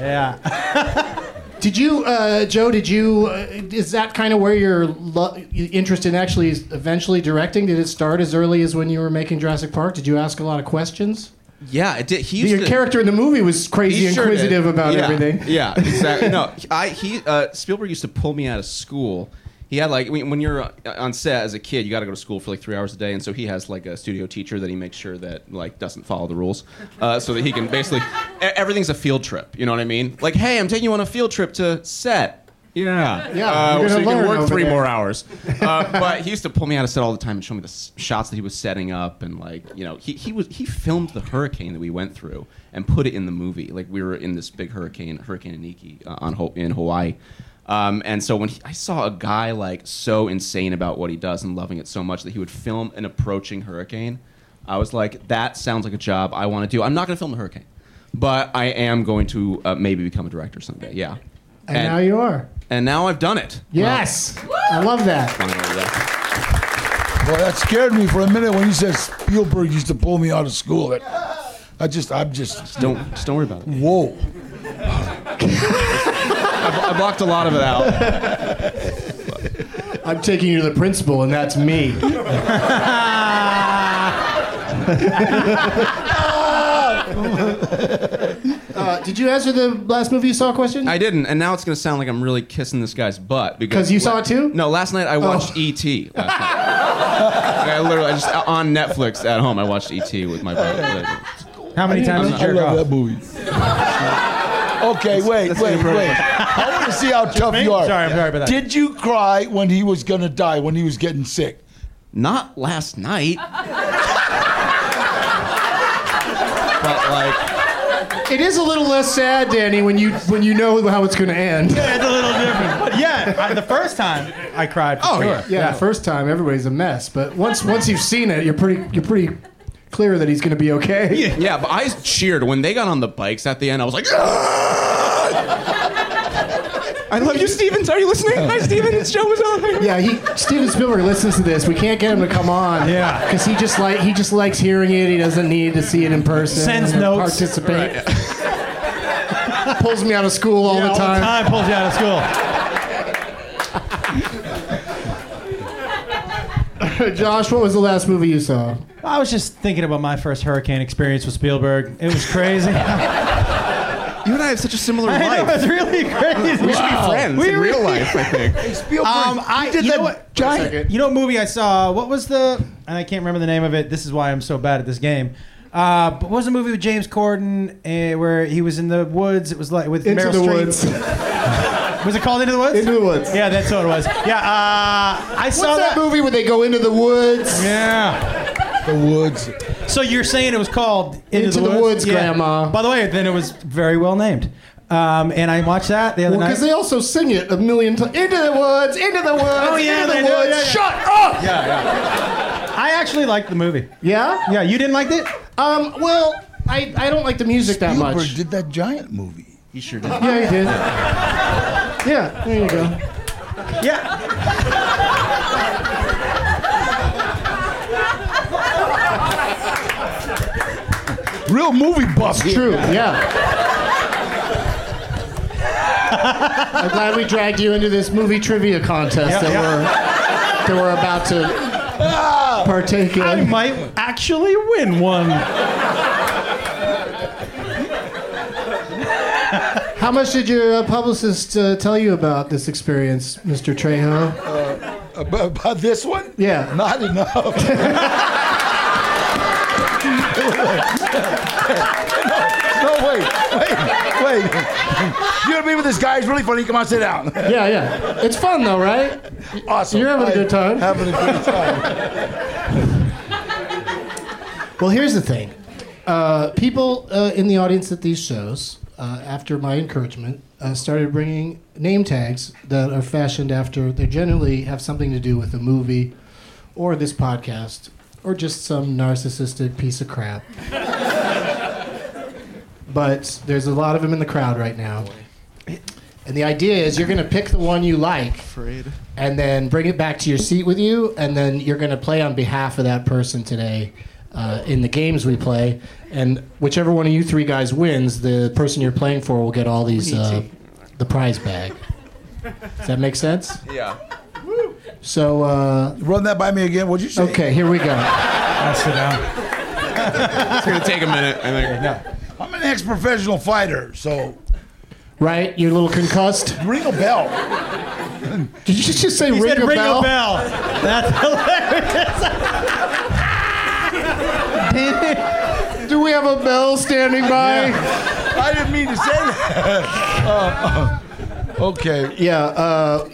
Speaker 5: yeah.
Speaker 1: Did you, uh, Joe? Did you? Uh, is that kind of where your lo- interest in actually is eventually directing? Did it start as early as when you were making Jurassic Park? Did you ask a lot of questions?
Speaker 6: yeah, it did. He used
Speaker 1: Your
Speaker 6: to-
Speaker 1: character in the movie was crazy
Speaker 6: He sure did.
Speaker 1: inquisitive about
Speaker 6: Yeah,
Speaker 1: everything.
Speaker 6: Yeah, exactly. No, I he uh, Spielberg used to pull me out of school. He had like when when you're uh, on set as a kid, you got to go to school for like three hours a day, and so he has like a studio teacher that he makes sure that like doesn't follow the rules, uh, so that he can basically e- everything's a field trip. You know what I mean? Like, hey, I'm taking you on a field trip to set. Yeah,
Speaker 1: Yeah,
Speaker 6: Uh,
Speaker 1: you're
Speaker 6: so
Speaker 1: gonna
Speaker 6: you can
Speaker 1: learn
Speaker 6: work
Speaker 1: over
Speaker 6: three
Speaker 1: there.
Speaker 6: more hours. Uh, but he used to pull me out of set all the time and show me the s- shots that he was setting up, and like you know, he he was he filmed the hurricane that we went through and put it in the movie. Like we were in this big hurricane, Hurricane Aniki, uh, on Ho- in Hawaii. Um, and so when he, I saw a guy like so insane about what he does and loving it so much that he would film an approaching hurricane, I was like, that sounds like a job I want to do. I'm not going to film the hurricane, but I am going to uh, maybe become a director someday. Yeah.
Speaker 1: And, now you are.
Speaker 6: And now I've done it.
Speaker 1: Yes. I love that.
Speaker 4: Well, that scared me for a minute when you said Spielberg used to pull me out of school. That, I just, I'm just,
Speaker 6: Don't just don't worry about it.
Speaker 4: whoa.
Speaker 6: I blocked a lot of it out.
Speaker 1: I'm taking you to the principal, and that's me. Uh, did you answer the last movie you saw question?
Speaker 6: I didn't, and now it's gonna sound like I'm really kissing this guy's butt because
Speaker 1: 'Cause you saw it too? Oh.
Speaker 6: No, last night I watched E.T. Last night. Like, I literally I just on Netflix at home. I watched E.T. with my brother.
Speaker 5: How many times did you
Speaker 4: I
Speaker 5: jerk
Speaker 4: love
Speaker 5: off?
Speaker 4: that movie. Okay, wait,
Speaker 6: that's
Speaker 4: wait,
Speaker 6: inappropriate.
Speaker 4: wait. I want to see how tough
Speaker 5: making-
Speaker 4: you are.
Speaker 5: sorry, I'm sorry about that.
Speaker 4: Did you cry when he was gonna die? When he was getting sick?
Speaker 6: Not last night. but like
Speaker 1: It is a little less sad, Danny, when you when you know how it's going to end. Yeah,
Speaker 5: It's a little different. But yeah, I, the first time I cried. For oh sure.
Speaker 1: First time, everybody's a mess, but once once you've seen it, you're pretty you're pretty clear that he's going to be okay.
Speaker 6: yeah, but I cheered when they got on the bikes at the end. I was like. "Ah!" I love you, Stevens. Are you listening? Hi, Stevens. Show was on.
Speaker 1: Yeah, he Steven Spielberg listens to this. We can't get him to come on.
Speaker 5: Yeah.
Speaker 1: because he just like he just likes hearing it. He doesn't need to see it in person.
Speaker 5: Sends
Speaker 1: or
Speaker 5: notes.
Speaker 1: Participate. Pulls me out of school all the
Speaker 5: all
Speaker 1: time.
Speaker 5: the time pulls you out of school.
Speaker 1: Josh, what was the last movie you saw?
Speaker 5: I was just thinking about my first hurricane experience with Spielberg. It was crazy. I
Speaker 6: You and I have such a similar
Speaker 5: know,
Speaker 6: life.
Speaker 5: it's really crazy.
Speaker 6: We should be friends
Speaker 5: We
Speaker 6: in
Speaker 5: really-
Speaker 6: real life, I think.
Speaker 4: Spielberg.
Speaker 5: Um, I
Speaker 4: did
Speaker 5: you
Speaker 4: that
Speaker 5: know what?
Speaker 4: giant.
Speaker 5: You know, a movie I saw. What was the? And I can't remember the name of it. This is why I'm so bad at this game. Uh, but what was a movie with James Corden uh, where he was in the woods? It was like with
Speaker 1: Into
Speaker 5: Meryl
Speaker 1: the
Speaker 5: Streep.
Speaker 1: Woods.
Speaker 5: Was it called Into the Woods?
Speaker 1: Into the Woods.
Speaker 5: Yeah, that's what it was. Yeah, uh, I saw
Speaker 1: What's that movie where they go into the woods?
Speaker 5: Yeah.
Speaker 4: The woods.
Speaker 5: So you're saying it was called Into,
Speaker 1: Into the Woods,
Speaker 5: Yeah.
Speaker 1: Grandma.
Speaker 5: By the way, then it was very well named. Um, and I watched that the other night.
Speaker 1: Because they also sing it a million times. Into the woods, into the woods,
Speaker 5: Oh, yeah,
Speaker 1: into
Speaker 5: they
Speaker 1: the
Speaker 5: do,
Speaker 1: woods.
Speaker 5: yeah, yeah.
Speaker 1: Shut up. Yeah.
Speaker 5: I actually liked the movie. Yeah, you didn't like it?
Speaker 1: Um. Well, I, I don't like the music that
Speaker 4: Spielberg
Speaker 1: much.
Speaker 4: did that giant movie.
Speaker 6: He sure did.
Speaker 1: Yeah, he did. Yeah. There you go.
Speaker 5: Yeah.
Speaker 4: Real movie buff.
Speaker 1: True. Yeah. I'm glad we dragged you into this movie trivia contest
Speaker 5: Yeah,
Speaker 1: that
Speaker 5: yeah.
Speaker 1: we're that we're about to partake in.
Speaker 5: I might actually win one.
Speaker 1: How much did your uh, publicist uh, tell you about this experience, Mr. Trejo?
Speaker 4: About, about this one?
Speaker 1: Yeah.
Speaker 4: Not enough. no, no, wait, wait, wait. You know what I mean? With this guy, he's really funny. Come on, sit down.
Speaker 1: Yeah, yeah. It's fun though, right?
Speaker 4: Awesome.
Speaker 1: You're having a good time.
Speaker 4: Having a good time.
Speaker 1: Well, here's the thing. Uh, people uh, in the audience at these shows, uh, after my encouragement, uh, started bringing name tags that are fashioned after, they generally have something to do with a movie or this podcast or just some narcissistic piece of crap. but there's a lot of them in the crowd right now. And the idea is you're going to pick the one you like and then bring it back to your seat with you, and then you're going to play on behalf of that person today uh, in the games we play. And whichever one of you three guys wins, the person you're playing for will get all these uh, the prize bag. Does that make sense?
Speaker 6: Yeah.
Speaker 1: So uh,
Speaker 4: Run that by me again. What'd you say?
Speaker 1: okay, here we go.
Speaker 5: I sit down.
Speaker 6: It's gonna take a minute. I think.
Speaker 4: I'm an ex-professional fighter, so
Speaker 1: Right, you're a little concussed.
Speaker 4: ring a bell.
Speaker 8: Did you just say
Speaker 5: He
Speaker 8: ring,
Speaker 5: said,
Speaker 8: a,
Speaker 5: "Ring
Speaker 8: bell?
Speaker 5: a bell." That's hilarious.
Speaker 8: Do we have a bell standing by?
Speaker 4: I didn't mean to say that. Uh, uh, okay.
Speaker 8: Yeah. Uh,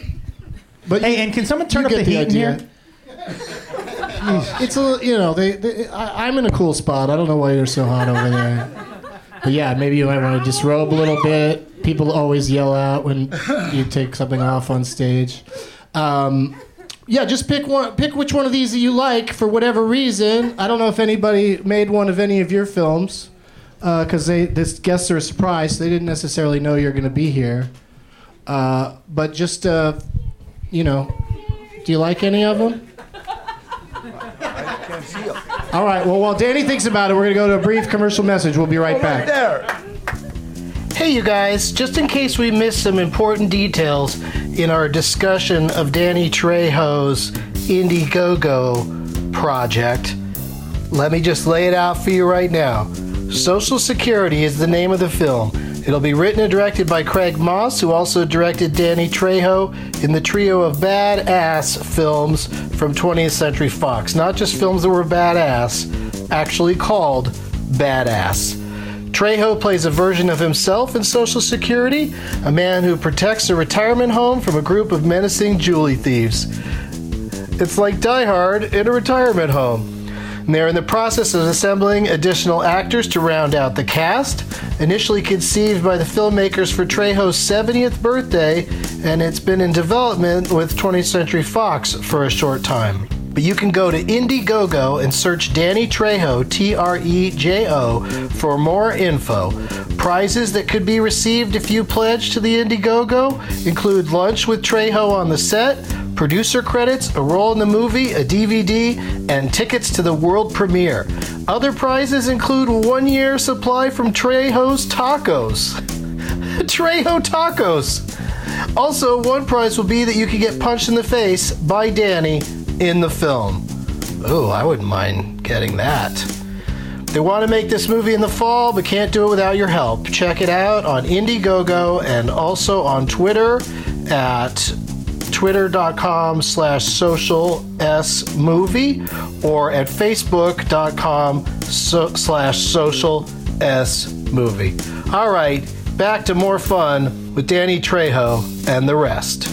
Speaker 8: but
Speaker 5: Hey,
Speaker 8: you-
Speaker 5: and can someone turn
Speaker 8: you
Speaker 5: up the,
Speaker 8: get
Speaker 5: heat in
Speaker 8: idea.
Speaker 5: here?
Speaker 8: It's a little- you know they, they I, I'm in a cool spot. I don't know why you're so hot over there. But yeah, maybe you might want to disrobe a little bit. People always yell out when you take something off on stage. Um, yeah, just pick one. Pick which one of these that you like for whatever reason. I don't know if anybody made one of any of your films because they this guests are a surprise. So they didn't necessarily know you're going to be here. Uh, but just uh, you know, do you like any of them? All right. Well, while Danny thinks about it, we're going to go to a brief commercial message. We'll be right back.
Speaker 4: Right there.
Speaker 1: uh, Hey, you guys, just in case we missed some important details in our discussion of Danny Trejo's Indiegogo project, let me just lay it out for you right now. Social Security is the name of the film. It'll be written and directed by Craig Moss, who also directed Danny Trejo in the trio of badass films from 20th Century Fox. Not just films that were badass, actually called badass. Trejo plays a version of himself in Social Security, a man who protects a retirement home from a group of menacing jewelry thieves. It's like Die Hard in a retirement home. And they're in the process of assembling additional actors to round out the cast. Initially conceived by the filmmakers for Trejo's 70th birthday, and it's been in development with 20th Century Fox for a short time. But you can go to Indiegogo and search Danny Trejo, T R E J O, for more info. Prizes that could be received if you pledge to the Indiegogo include lunch with Trejo on the set, producer credits, a role in the movie, a DVD, and tickets to the world premiere. Other prizes include one year supply from Trejo's Tacos. Trejo Tacos! Also, one prize will be that you can get punched in the face by Danny in the film. Ooh, I wouldn't mind getting that. They want to make this movie in the fall, but can't do it without your help. Check it out on Indiegogo and also on Twitter at twitter.com slash social s movie or at facebook.com so, slash social s movie. All right, back to more fun with Danny Trejo and the rest.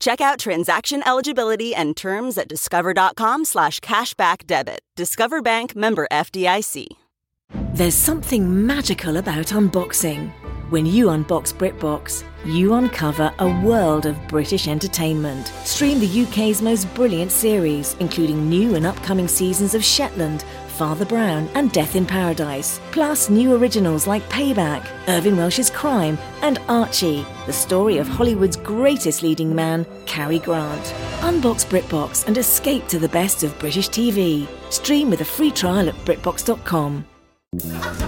Speaker 9: Check out transaction eligibility and terms at discover.com slash cashback debit. Discover Bank member FDIC.
Speaker 10: There's something magical about unboxing. When you unbox BritBox, you uncover a world of British entertainment. Stream the UK's most brilliant series, including new and upcoming seasons of Shetland, Father Brown, and Death in Paradise, plus new originals like Payback, Irving Welsh's Crime, and Archie, the story of Hollywood's greatest leading man, Cary Grant. Unbox BritBox and escape to the best of British TV. Stream with a free trial at BritBox.com.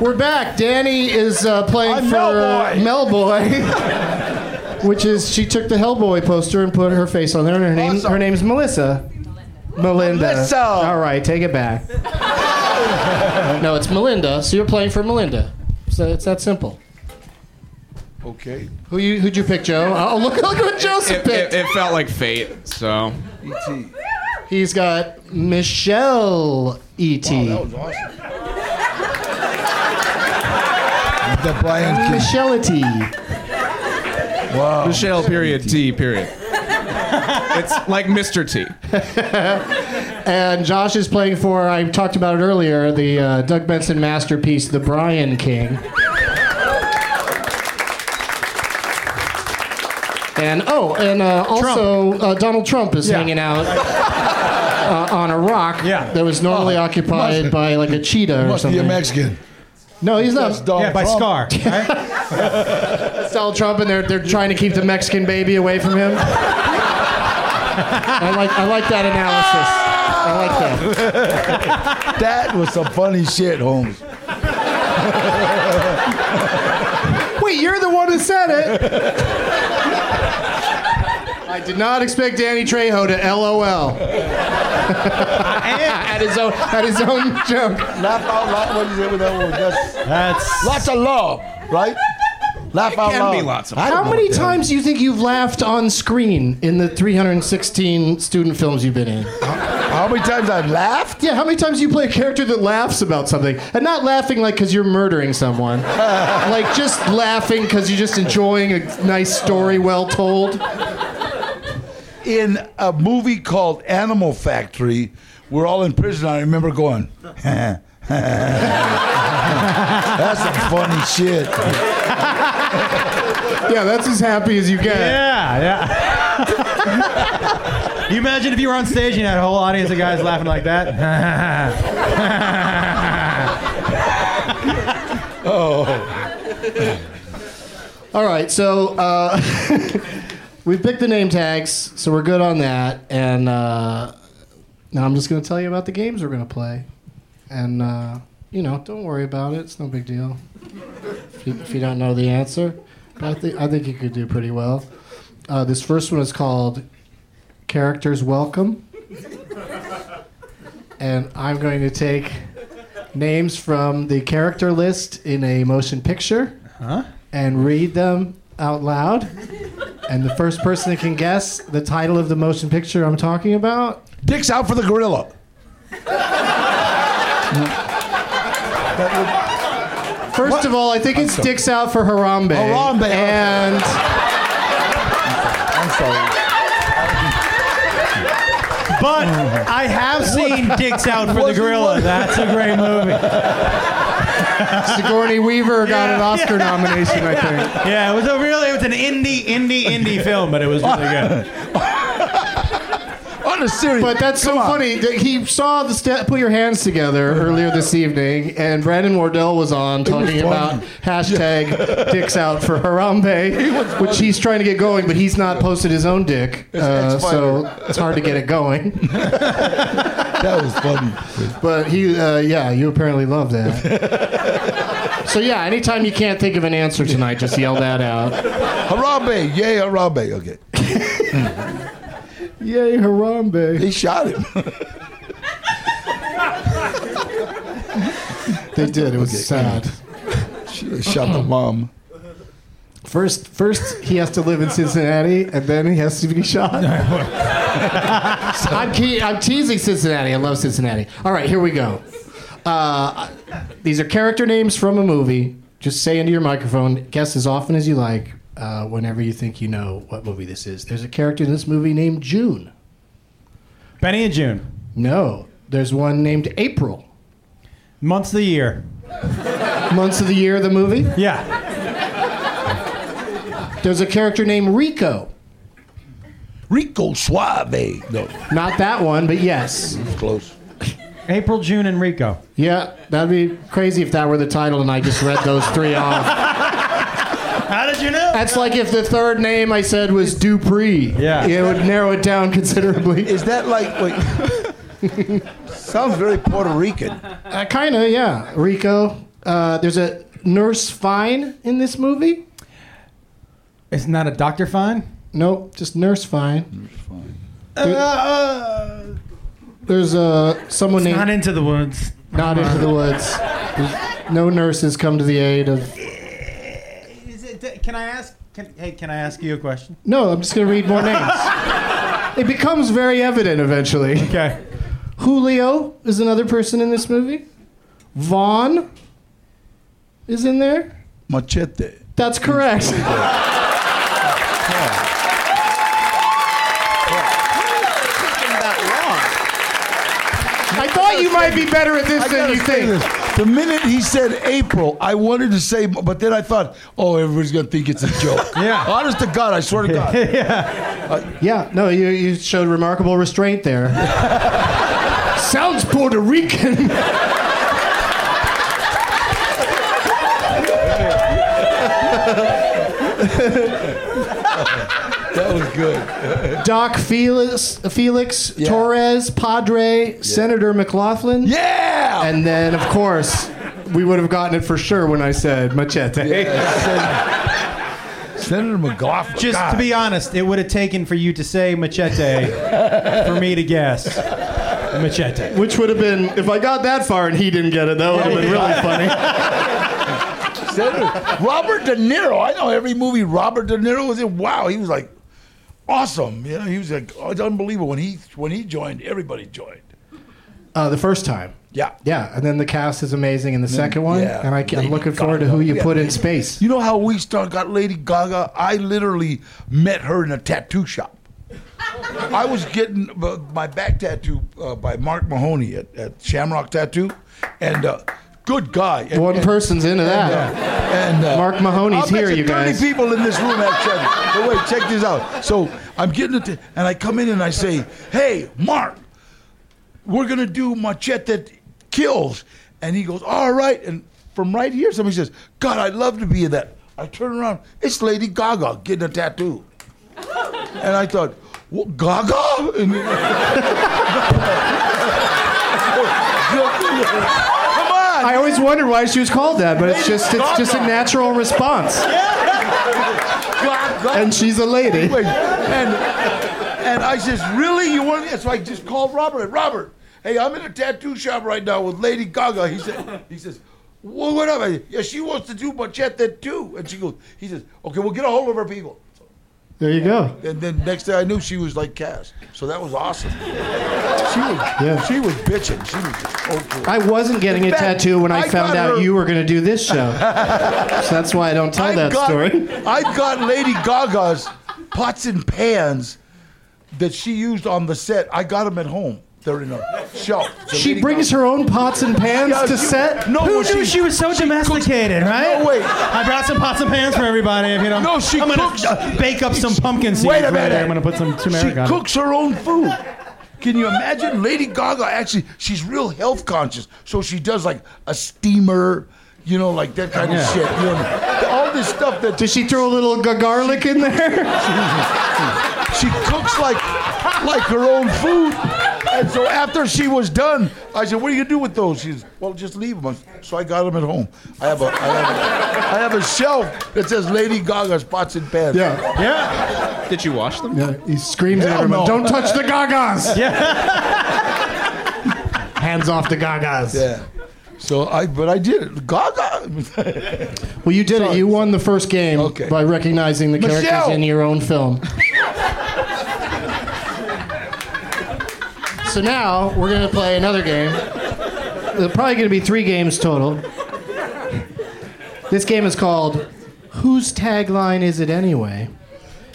Speaker 8: We're back. Danny is uh, playing
Speaker 4: I'm
Speaker 8: for uh, Melboy, which is she took the Hellboy poster and put her face on there, and her name
Speaker 4: Awesome.
Speaker 8: her name's Melissa. Melinda.
Speaker 4: Melissa.
Speaker 8: All right, take it back. no, it's Melinda. So you're playing for Melinda. So it's that simple.
Speaker 4: Okay.
Speaker 8: Who you who'd you pick, Joe? Oh, look look what Joseph
Speaker 6: It,
Speaker 8: picked.
Speaker 6: it, it felt like fate, so
Speaker 4: E.T.
Speaker 8: He's got Michelle E.T.
Speaker 4: That was awesome. the Brian King.
Speaker 8: Michelle E.T.
Speaker 4: Wow.
Speaker 6: Michelle period T period. It's like Mr. T.
Speaker 8: And Josh is playing for, I talked about it earlier, the uh, Doug Benson masterpiece, The Brian King. And oh, and uh, also uh, Donald Trump is
Speaker 5: Yeah.
Speaker 8: hanging out uh, on a rock
Speaker 5: Yeah.
Speaker 8: that was normally
Speaker 4: Oh,
Speaker 8: occupied
Speaker 4: must-
Speaker 8: by like a cheetah or
Speaker 4: Must be
Speaker 8: something.
Speaker 4: a Mexican.
Speaker 8: no, he's
Speaker 4: That's
Speaker 8: not.
Speaker 4: Donald
Speaker 5: Yeah, by
Speaker 4: Trump.
Speaker 5: Scar. Right?
Speaker 8: It's Donald Trump, and they're, they're trying to keep the Mexican baby away from him.
Speaker 1: I like I like that analysis. I like that.
Speaker 4: that was some funny shit, Holmes.
Speaker 1: Wait, you're the one who said it. I did not expect Danny Trejo to LOL. at his own at his own joke.
Speaker 4: Laugh out loud. What is it with that one? That's,
Speaker 5: That's
Speaker 4: lots of love, right? Laugh out loud. I don't
Speaker 1: How
Speaker 4: know
Speaker 1: many
Speaker 4: what the hell-
Speaker 1: times do you think you've laughed on screen in the 316 student films you've been in?
Speaker 4: How many times I've laughed?
Speaker 1: Yeah, how many times do you play a character that laughs about something? And not laughing like because you're murdering someone. like just laughing because you're just enjoying a nice story well told.
Speaker 4: in a movie called Animal Factory. We're all in prison. I remember going, that's some funny shit.
Speaker 1: Yeah, that's as happy as you get.
Speaker 5: yeah, yeah. you imagine if you were on stage and you had a whole audience of guys laughing like that.
Speaker 1: All right, so uh, we picked the name tags, so we're good on that. And uh, now I'm just going to tell you about the games we're going to play. And, uh, you know, don't worry about it, it's no big deal. If you, if you don't know the answer, but I, think I think you could do pretty well. Uh, this first one is called Characters Welcome. And I'm going to take names from the character list in a motion picture
Speaker 5: huh?
Speaker 1: and read them out loud. And the first person that can guess the title of the motion picture I'm talking about,
Speaker 4: Dick's out for the gorilla.
Speaker 1: first of all, I think it
Speaker 4: sorry.
Speaker 1: sticks out for Harambe.
Speaker 4: Harambe, okay.
Speaker 1: And
Speaker 4: I'm sorry.
Speaker 5: But I have seen Dicks Out for the Gorilla. That's a great movie.
Speaker 1: Sigourney Weaver got an
Speaker 5: Yeah.
Speaker 1: Oscar nomination, I think.
Speaker 5: Yeah, it was a really, it was an indie, indie, indie film, but it was really good.
Speaker 4: On a serious.
Speaker 1: But that's so funny. That he saw the step, put your hands together earlier this evening, and Brandon Wardell was on talking
Speaker 4: funny.
Speaker 1: about uh, hashtag dicks out for Harambe, which he's trying to get going, but he's not posted his own dick, uh,
Speaker 4: it's
Speaker 1: so it's hard to get it going.
Speaker 4: that was funny.
Speaker 1: But he, uh, yeah, you apparently love that. so yeah, anytime you can't think of an answer tonight, just yell that out.
Speaker 4: Harambe, yay, Harambe. Okay,
Speaker 1: Yay, Harambe!
Speaker 4: he shot him.
Speaker 1: They did. It was sad.
Speaker 4: she shot the mom.
Speaker 1: First, first he has to live in Cincinnati, and then he has to be shot. I'm, ke- I'm teasing Cincinnati. I love Cincinnati. All right, here we go. Uh, these are character names from a movie. Just say into your microphone. Guess as often as you like. Uh, whenever you think you know what movie this is. There's a character in this movie named June.
Speaker 5: Benny and June.
Speaker 1: No, there's one named April.
Speaker 5: Months of the year.
Speaker 1: Months of the year of the movie.
Speaker 5: Yeah.
Speaker 1: There's a character named Rico.
Speaker 4: Rico Suave. No,
Speaker 1: Not that one, but yes.
Speaker 4: it's close.
Speaker 5: April, June, and Rico.
Speaker 1: Yeah, that'd be crazy if that were the title and I just read those three off.
Speaker 5: How did you know?
Speaker 1: That's like if the third name I said was Dupree.
Speaker 5: Yeah.
Speaker 1: It would narrow it down considerably.
Speaker 4: Is that like, wait. Sounds very Puerto Rican.
Speaker 1: Uh, kind of, yeah. Rico. Uh, there's a Nurse Fine in this movie.
Speaker 5: It's not a Dr. Fine?
Speaker 1: Nope, just Nurse Fine.
Speaker 5: Uh,
Speaker 1: There's uh, someone named
Speaker 5: not into the woods.
Speaker 1: Not Into the Woods. There's no nurses come to the aid of
Speaker 5: Is it, can I ask? Can, hey, can I ask you a question?
Speaker 1: No, I'm just going to read more names. it becomes very evident eventually.
Speaker 5: Okay.
Speaker 1: Julio is another person in this movie. Vaughn is in there.
Speaker 4: Machete.
Speaker 1: That's correct. I thought you might be better at this
Speaker 4: I
Speaker 1: than
Speaker 4: gotta
Speaker 1: you
Speaker 4: say
Speaker 1: think.
Speaker 4: this. The minute he said April, I wanted to say, but then I thought, oh, everybody's gonna think it's a joke.
Speaker 5: Yeah.
Speaker 4: Honest to God, I swear to God.
Speaker 1: Yeah, no, you, you showed remarkable restraint there. Sounds Puerto Rican.
Speaker 4: that was good.
Speaker 10: Doc Felix, Felix Torres, Padre, Senator McLaughlin.
Speaker 4: Yeah!
Speaker 10: And then, of
Speaker 1: course, we would have gotten it for sure when I said machete.
Speaker 4: Senator McLaughlin.
Speaker 5: Just to be honest, it would have taken for you to say machete for me to guess machete.
Speaker 1: Which would have been, if I got that far and he didn't get it, that would have been really funny.
Speaker 4: Senator Robert De Niro. I know every movie Robert De Niro was in. Wow, he was like awesome. You know, he was like oh, it's unbelievable when he when he joined. Everybody joined.
Speaker 10: Uh, the first time.
Speaker 4: Yeah.
Speaker 10: Yeah, and then the cast is amazing in the
Speaker 4: And then-
Speaker 10: second one,
Speaker 4: yeah,
Speaker 10: and I, ca- I'm
Speaker 4: Lady
Speaker 10: looking forward to who
Speaker 4: Gaga.
Speaker 10: you
Speaker 4: Yeah,
Speaker 10: put in
Speaker 4: Lady-
Speaker 10: space.
Speaker 4: You know how we start got Lady Gaga? I literally met her in a tattoo shop. I was getting uh, my back tattoo uh, by Mark Mahoney at, at Shamrock Tattoo, and uh, good guy. And-
Speaker 10: One
Speaker 4: and-
Speaker 10: person's into
Speaker 4: and,
Speaker 10: that.
Speaker 4: uh, and uh,
Speaker 10: Mark Mahoney's
Speaker 4: I'll bet
Speaker 10: here, you guys.
Speaker 4: Thirty people in this room have tattoos. But wait, check this out. So I'm getting it, and I come in and I say, "Hey, Mark, we're gonna do machete kills. And he goes, all right. And from right here, somebody says, God, I'd love to be in that. I turn around, it's Lady Gaga getting a tattoo. And I thought, what, Gaga? And- Come on.
Speaker 10: I always wondered why she was called that, but it's
Speaker 4: Lady
Speaker 10: just it's just a
Speaker 4: Gaga.
Speaker 10: natural response.
Speaker 4: Gaga.
Speaker 10: And she's a lady.
Speaker 4: Wait, and and I says, really? You want? That's so I just called Robert. Robert, hey, I'm in a tattoo shop right now with Lady Gaga. He said, he says, well, what up? I said, yeah, she wants to do machete too. And she goes, he says, okay, we'll get a hold of her people.
Speaker 10: There you go.
Speaker 4: And then next day I knew she was like Cass. So that was awesome. She was, she was bitching. She was just over it.
Speaker 10: I wasn't getting
Speaker 4: In
Speaker 10: a
Speaker 4: fact,
Speaker 10: tattoo when I,
Speaker 4: I
Speaker 10: found
Speaker 4: got
Speaker 10: out
Speaker 4: her-
Speaker 10: you were going to do this show. so that's why I don't tell that
Speaker 4: got,
Speaker 10: story.
Speaker 4: I've got Lady Gaga's pots and pans that she used on the set. I got them at home. They're in a shelf. So
Speaker 10: She
Speaker 4: Lady
Speaker 10: brings
Speaker 4: Gaga-
Speaker 10: her own pots and pans
Speaker 4: Yeah,
Speaker 10: to
Speaker 4: she-
Speaker 10: set.
Speaker 4: No,
Speaker 5: Who
Speaker 4: well,
Speaker 5: knew she, was so domesticated, right?
Speaker 4: No, wait.
Speaker 5: I brought some pots and pans for everybody. If you know,
Speaker 4: No, she
Speaker 5: I'm gonna
Speaker 4: cooks-
Speaker 5: uh, bake up some pumpkin seeds.
Speaker 4: Wait a
Speaker 5: right
Speaker 4: minute.
Speaker 5: there. I'm gonna put some turmeric
Speaker 4: she
Speaker 5: on. it.
Speaker 4: cooks her own food. Can you imagine? Lady Gaga actually, she's real health conscious, so she does like a steamer, you know, like that kind
Speaker 5: Yeah.
Speaker 4: of shit. You know, all this stuff that
Speaker 10: Does she throw a little g- garlic in there?
Speaker 4: she cooks like like her own food. And so after she was done, I said, "What are you gonna do with those?" She says, "Well, just leave them." So I got them at home. I have a I have a, I have a shelf that says Lady Gaga's pots and pans.
Speaker 10: yeah.
Speaker 5: Yeah,
Speaker 6: Did you wash them?
Speaker 10: yeah. He screams at
Speaker 4: Hell no.
Speaker 10: everyone, don't touch the gagas!
Speaker 5: yeah.
Speaker 10: Hands off the gagas.
Speaker 4: yeah. So I, but I did it. Gaga.
Speaker 10: Well, you did it. You won the first game
Speaker 4: Okay.
Speaker 10: by recognizing the
Speaker 4: Michelle!
Speaker 10: characters in your own film. so now we're going to play another game. There are probably going to be three games total. This game is called Whose Tagline Is It Anyway?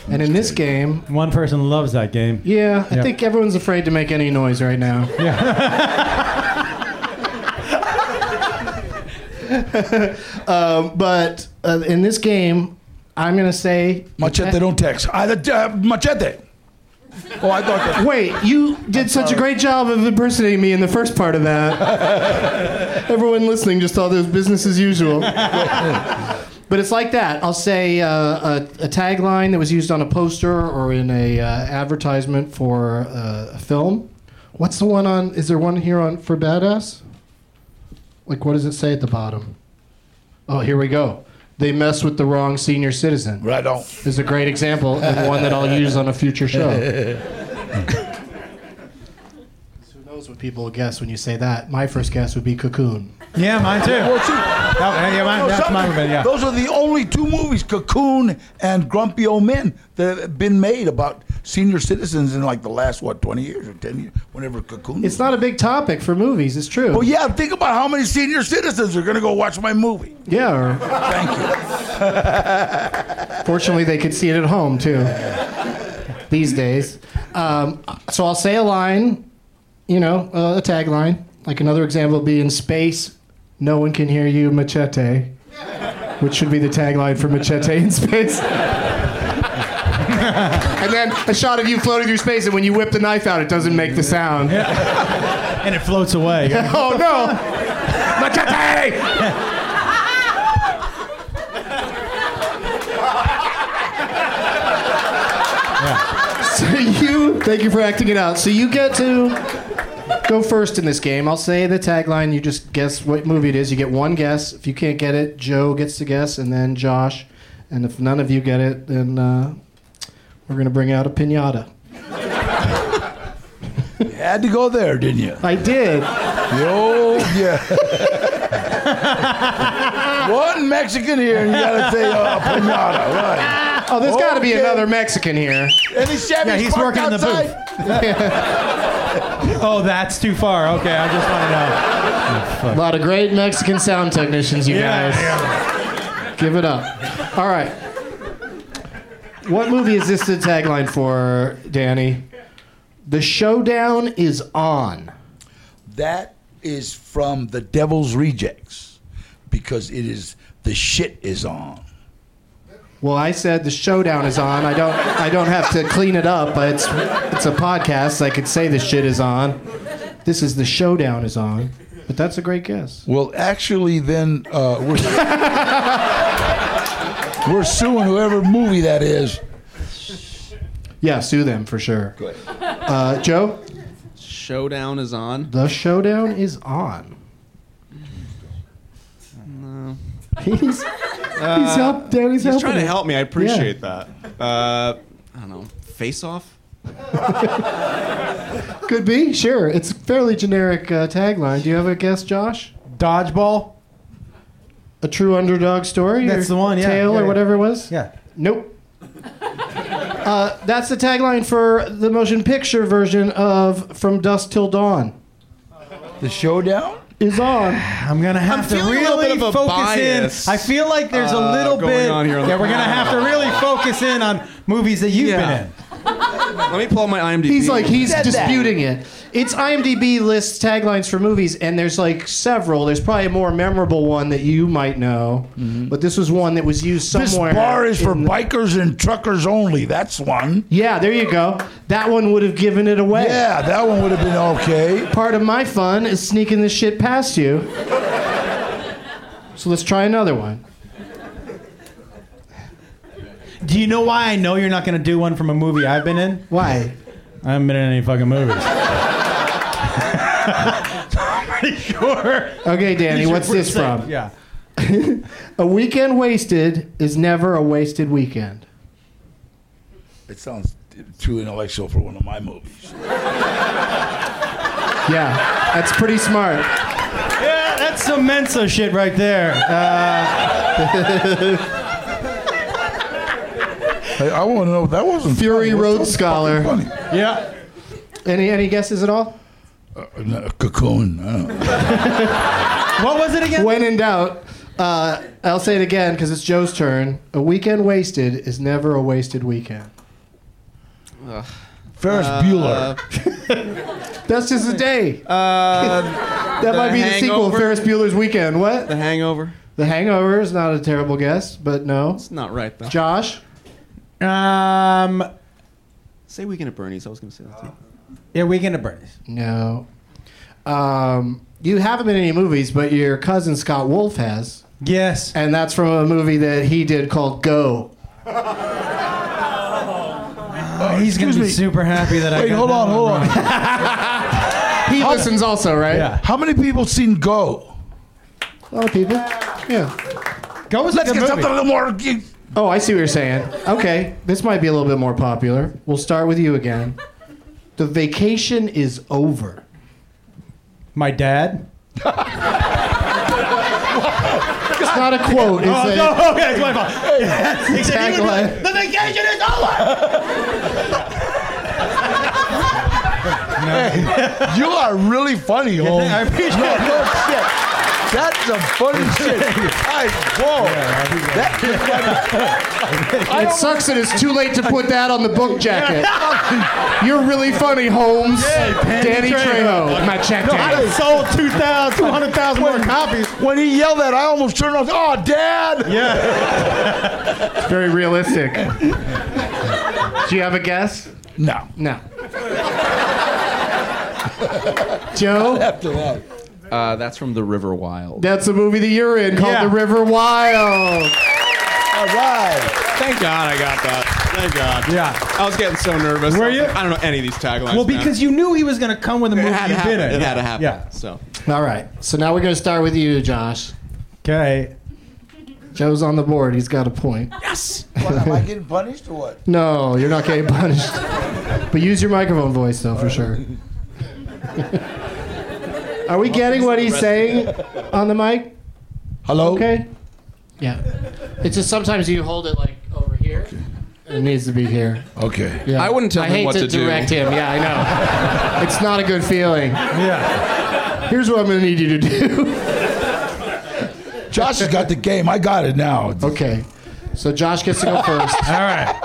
Speaker 10: And in this game,
Speaker 5: One person loves that game.
Speaker 10: yeah, I
Speaker 5: Yeah.
Speaker 10: think everyone's afraid to make any noise right now. Yeah. um, but uh, in this game, I'm going to say.
Speaker 4: Machete don't text. I, uh, machete. Oh, I thought that.
Speaker 10: Wait, you did such a great job of impersonating me in the first part of that. Everyone listening just thought it was business as usual. but it's like that. I'll say uh, a, a tagline that was used on a poster or in a uh, advertisement for uh, a film. What's the one on? Is there one here on for badass? Like, what does it say at the bottom? Oh, here we go. They mess with the wrong senior citizen
Speaker 4: Right on.
Speaker 10: is a great example and one that I'll use on a future show. Who knows what people will guess when you say that? My first guess would be Cocoon.
Speaker 5: Yeah, mine too.
Speaker 4: Well, see,
Speaker 5: That- yeah, mine-
Speaker 4: no,
Speaker 5: that's
Speaker 4: some-
Speaker 5: mine, but yeah.
Speaker 4: Oh, Those are the only two movies, Cocoon and Grumpy Old Men, that have been made about senior citizens in like the last what twenty years or ten years, whenever Cocoon.
Speaker 10: It's not a big topic for movies. It's true.
Speaker 4: Well, yeah. Think about how many senior citizens are going to go watch my movie.
Speaker 10: yeah.
Speaker 4: Thank you.
Speaker 10: Or fortunately, they could see it at home too. These days. Um, so I'll say a line, you know, uh, a tagline. Like another example would be in space, no one can hear you, machete, which should be the tagline for machete in space. and then a shot of you floating through space, and when you whip the knife out, it doesn't make the sound.
Speaker 5: and it floats away.
Speaker 10: Oh no!
Speaker 4: Machete.
Speaker 1: Thank you for acting it out. So you get to go first in this game. I'll say the tagline. You just guess what movie it is. You get one guess. If you can't get it, Joe gets to guess, and then Josh. And if none of you get it, then uh, we're going to bring out a pinata.
Speaker 4: You had to go there, didn't you?
Speaker 1: I did.
Speaker 4: Yo, yeah. One Mexican here, and you gotta say uh, pinata, right?
Speaker 1: Oh, there's got to be
Speaker 4: Okay.
Speaker 1: another Mexican here.
Speaker 4: Any Chevys
Speaker 5: Yeah, he's
Speaker 4: parked
Speaker 5: working in the
Speaker 4: outside?
Speaker 5: Oh, that's too far. Okay, I just want to know.
Speaker 1: A lot of great Mexican sound technicians, you
Speaker 5: Yeah,
Speaker 1: guys. Give it up. All right. What movie is this the tagline for, Danny? The showdown is on.
Speaker 4: That is from the Devil's Rejects because it is the shit is on.
Speaker 1: Well, I said the showdown is on. I don't. I don't have to clean it up. but It's it's a podcast. I could say the shit is on. This is the showdown is on. But that's a great guess.
Speaker 4: Well, actually, then uh, we're, we're suing whoever movie that is.
Speaker 1: Yeah, sue them for sure. Good. Uh, Joe,
Speaker 6: Showdown is on.
Speaker 1: the showdown is on.
Speaker 6: No.
Speaker 1: He's he's helped. Danny's
Speaker 6: He's
Speaker 1: helping.
Speaker 6: trying to
Speaker 1: him.
Speaker 6: help me. I appreciate
Speaker 1: Yeah.
Speaker 6: that. Uh, I don't know. Face off.
Speaker 1: Could be, sure. It's a fairly generic uh, tagline. Do you have a guess, Josh?
Speaker 5: Dodgeball.
Speaker 1: A true underdog story?
Speaker 5: That's
Speaker 1: or
Speaker 5: the one, yeah,
Speaker 1: Tale
Speaker 5: yeah,
Speaker 1: or
Speaker 5: yeah.
Speaker 1: whatever it was?
Speaker 5: Yeah.
Speaker 1: Nope. uh, that's the tagline for the motion picture version of From Dusk Till Dawn.
Speaker 4: The showdown?
Speaker 1: Is on.
Speaker 5: I'm gonna have to
Speaker 6: feeling a little
Speaker 5: really
Speaker 6: bit of a
Speaker 5: focus
Speaker 6: bias,
Speaker 5: in. I feel like there's a
Speaker 6: uh,
Speaker 5: little
Speaker 6: going
Speaker 5: bit
Speaker 6: on here on
Speaker 5: yeah,
Speaker 6: the
Speaker 5: we're gonna have to really focus in on movies that you've
Speaker 6: Yeah.
Speaker 5: been in.
Speaker 6: Let me pull up my IMDb.
Speaker 1: He's like he's
Speaker 4: said that.
Speaker 1: disputing it. It's IMDb lists taglines for movies, and there's like several. There's probably a more memorable one that you might know, but this was one that was used somewhere.
Speaker 4: Mm-hmm. This bar is for
Speaker 1: in-
Speaker 4: bikers and truckers only. That's one.
Speaker 1: yeah, there you go. That one would have given it away.
Speaker 4: Yeah, that one would have been okay.
Speaker 1: Part of my fun is sneaking this shit past you. so let's try another one.
Speaker 5: Do you know why I know you're not gonna do one from a movie I've been in?
Speaker 1: Why?
Speaker 5: I haven't been in any fucking movies. I'm pretty sure.
Speaker 1: Okay, Danny,
Speaker 5: These are
Speaker 1: what's this
Speaker 5: percent-
Speaker 1: from?
Speaker 5: Yeah.
Speaker 1: A weekend wasted is never a wasted weekend.
Speaker 4: It sounds too intellectual for one of my movies.
Speaker 1: Yeah, that's pretty smart.
Speaker 5: Yeah, that's some Mensa shit right there. Uh,
Speaker 4: I, I want to know that wasn't
Speaker 1: Fury
Speaker 4: funny.
Speaker 1: Road
Speaker 4: What's so fucking
Speaker 1: Scholar.
Speaker 4: Funny?
Speaker 5: yeah.
Speaker 1: Any any guesses at all?
Speaker 4: Uh, no, cocoon. I don't know.
Speaker 5: What was it again?
Speaker 1: When in doubt, uh, I'll say it again because it's Joe's turn. A weekend wasted is never a wasted weekend.
Speaker 4: Ferris
Speaker 1: Uh,
Speaker 4: Bueller.
Speaker 1: That's just a day. that might be the sequel,
Speaker 6: Hangover?
Speaker 1: Ferris Bueller's Weekend. What?
Speaker 6: The Hangover.
Speaker 1: The Hangover is not a terrible guess, but no.
Speaker 6: It's not right though.
Speaker 1: Josh,
Speaker 5: Um,
Speaker 6: Say Weekend at Bernie's. I was gonna say that too.
Speaker 5: yeah, Weekend at Bernie's.
Speaker 1: no. Um, you haven't been in any movies, but your cousin Scott Wolf has,
Speaker 5: Yes.
Speaker 4: Uh,
Speaker 1: and that's from a movie that he did called Go.
Speaker 5: Oh, he's gonna
Speaker 4: excuse
Speaker 5: be
Speaker 4: me.
Speaker 5: super happy that I.
Speaker 4: Wait,
Speaker 5: got
Speaker 4: hold
Speaker 5: that
Speaker 4: on,
Speaker 5: one
Speaker 4: hold
Speaker 5: wrong.
Speaker 4: on.
Speaker 1: He listens also, right?
Speaker 5: Yeah.
Speaker 4: How many people seen Go?
Speaker 1: A lot of people. Yeah.
Speaker 5: Go was
Speaker 4: Let's
Speaker 5: like a
Speaker 4: get
Speaker 5: movie.
Speaker 4: something a little more. You,
Speaker 1: Oh, I see what you're saying. Okay, this might be a little bit more popular. We'll start with you again. The vacation is over.
Speaker 5: My dad.
Speaker 1: It's not a quote. It's
Speaker 5: Oh
Speaker 1: a,
Speaker 5: no! Okay, it's my fault. He said he would be like,
Speaker 1: Tagline.
Speaker 5: the vacation is over.
Speaker 4: you are really funny, Holmes.
Speaker 5: I appreciate
Speaker 4: No,
Speaker 5: it.
Speaker 4: no shit. That's some funny shit. I, whoa. That is
Speaker 1: It sucks that it's too late to put that on the book jacket. You're really funny, Holmes. Danny Trejo. My check
Speaker 5: I
Speaker 1: down.
Speaker 5: done sold 2,000, 200,000 more copies.
Speaker 4: When he yelled that, I almost turned off. Oh, Dad!
Speaker 5: Yeah.
Speaker 1: Very realistic. Do you have a guess?
Speaker 4: No.
Speaker 1: No. Joe,
Speaker 4: After that.
Speaker 6: Uh, that's from The River Wild.
Speaker 1: that's a movie that you're in called
Speaker 5: Yeah.
Speaker 1: The River Wild.
Speaker 4: All right.
Speaker 6: Thank God I got that. Thank God.
Speaker 5: Yeah.
Speaker 6: I was getting so nervous. Were you? I don't know any of these taglines.
Speaker 5: Well, because you knew he was going to come with a movie
Speaker 6: had to
Speaker 5: you
Speaker 6: happen.
Speaker 5: didn't.
Speaker 6: It had to happen.
Speaker 5: Yeah.
Speaker 6: So.
Speaker 10: All right. So now we're going to start with you, Josh.
Speaker 5: Okay.
Speaker 10: Joe's on the board. He's got a point.
Speaker 4: Yes. What, am I getting punished or what?
Speaker 10: No, you're not getting punished. but use your microphone voice, though, for sure. Are we getting what he's saying on the mic?
Speaker 4: Hello?
Speaker 10: Okay. Yeah. It's just sometimes you hold it like over here. It needs to be here.
Speaker 4: Okay.
Speaker 10: Yeah.
Speaker 6: I wouldn't tell him
Speaker 10: hate
Speaker 6: what to do.
Speaker 10: direct him. Yeah, I know. it's not a good feeling.
Speaker 5: Yeah.
Speaker 10: Here's what I'm going to need you to do.
Speaker 4: Josh has got the game. I got it now.
Speaker 10: okay. So Josh gets to go first.
Speaker 5: All right.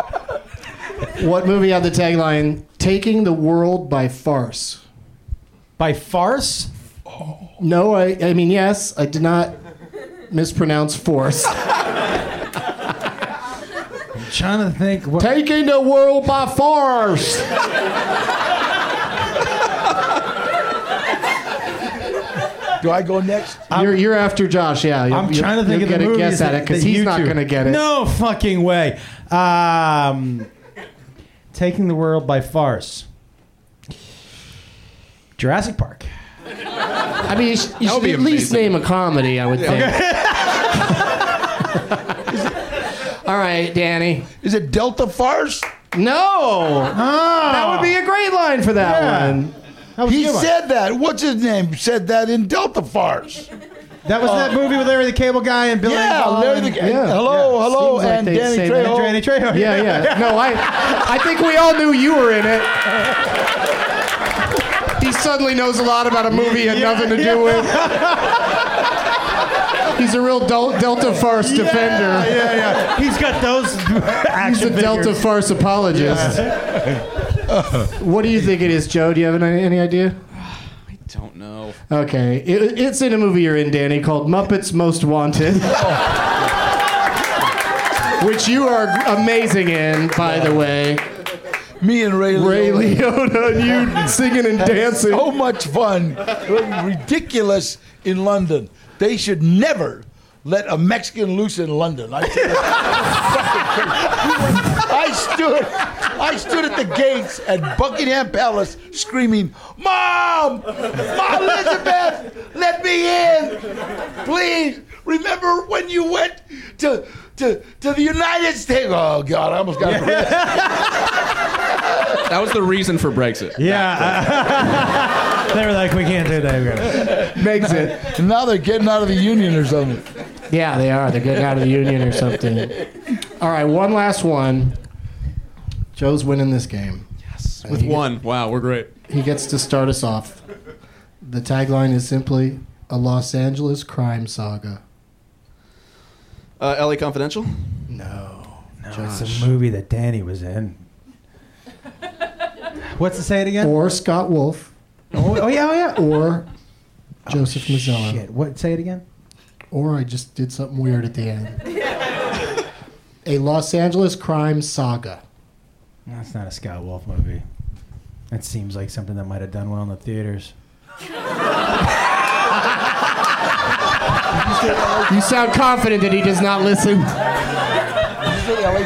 Speaker 10: what movie had the tagline "Taking the World by Farce"?
Speaker 5: By farce?
Speaker 10: No, I, I mean, yes, I did not mispronounce force.
Speaker 5: I'm trying to think. What,
Speaker 10: Taking the world by force.
Speaker 4: Do I go next?
Speaker 10: you're, you're after Josh, yeah. You'll-
Speaker 5: I'm
Speaker 10: you'll-
Speaker 5: trying to think of
Speaker 10: you'll
Speaker 5: the
Speaker 10: get a
Speaker 5: movies
Speaker 10: guess at
Speaker 5: that-
Speaker 10: it because
Speaker 5: that
Speaker 10: he's
Speaker 5: you
Speaker 10: not
Speaker 5: two-
Speaker 10: going to get it.
Speaker 5: No fucking way. Um, taking the world by farce. Jurassic Park.
Speaker 10: I mean, you, sh- you
Speaker 6: That would
Speaker 10: should
Speaker 6: be
Speaker 10: at least
Speaker 6: amazing.
Speaker 10: name a comedy, I would think. All right, Danny.
Speaker 4: Is it Delta Farce?
Speaker 10: No, that would be a great line for that
Speaker 5: Yeah.
Speaker 10: one.
Speaker 5: That was, a
Speaker 4: He
Speaker 5: good one.
Speaker 4: said that. What's his name? Said that in Delta Farce.
Speaker 5: that, was that movie with Larry the Cable Guy and Billy.
Speaker 4: Yeah,
Speaker 5: Bob
Speaker 4: Larry the
Speaker 5: and-
Speaker 4: yeah. Hello,
Speaker 10: Yeah.
Speaker 4: hello,
Speaker 10: Seems like
Speaker 4: and
Speaker 10: they'd
Speaker 4: Danny
Speaker 10: say
Speaker 5: and
Speaker 4: Trejo.
Speaker 5: Danny Trejo.
Speaker 10: Yeah, yeah. No, I, I think we all knew you were in it. He suddenly knows a lot about a movie he had nothing to do with. He's a real Del- Delta farce defender.
Speaker 5: yeah, yeah. He's got those action
Speaker 10: He's a Delta
Speaker 5: figures.
Speaker 10: farce apologist. what do you think it is, Joe? Do you have any, any idea?
Speaker 6: I don't know.
Speaker 10: Okay, it, it's in a movie you're in, Danny, called Muppets Most Wanted. Which you are amazing in, by the way.
Speaker 4: Me and Ray.
Speaker 10: Ray
Speaker 4: Liotta.
Speaker 10: Liotta, and you singing and dancing.
Speaker 4: So much fun. It was ridiculous in London. They should never let a Mexican loose in London. I, I stood I stood at the gates at Buckingham Palace screaming, Mom! Mom Elizabeth! Let me in! Please! Remember when you went to to, to the United States? Oh God, I almost got
Speaker 6: That was the reason for Brexit.
Speaker 5: Yeah. they were like, we can't do that. We're gonna-
Speaker 10: Makes it.
Speaker 4: Now they're getting out of the union or something.
Speaker 10: Yeah, they are. They're getting out of the union or something. All right, one last one. Joe's winning this game.
Speaker 6: With one. Wow, we're great.
Speaker 10: He gets to start us off. The tagline is simply a Los Angeles crime saga.
Speaker 6: Uh, LA Confidential?
Speaker 10: No.
Speaker 5: It's a movie that Danny was in. What's to say it again?
Speaker 10: Or Scott Wolf
Speaker 5: oh, oh, yeah, oh yeah.
Speaker 10: or Joseph Mazzello.
Speaker 5: Shit. What? Say it again.
Speaker 10: Or I just did something weird at the end. a Los Angeles crime saga.
Speaker 5: That's not a Scott Wolf movie. That seems like something that might have done well in the theaters.
Speaker 10: You sound confident that he does not listen. Yeah.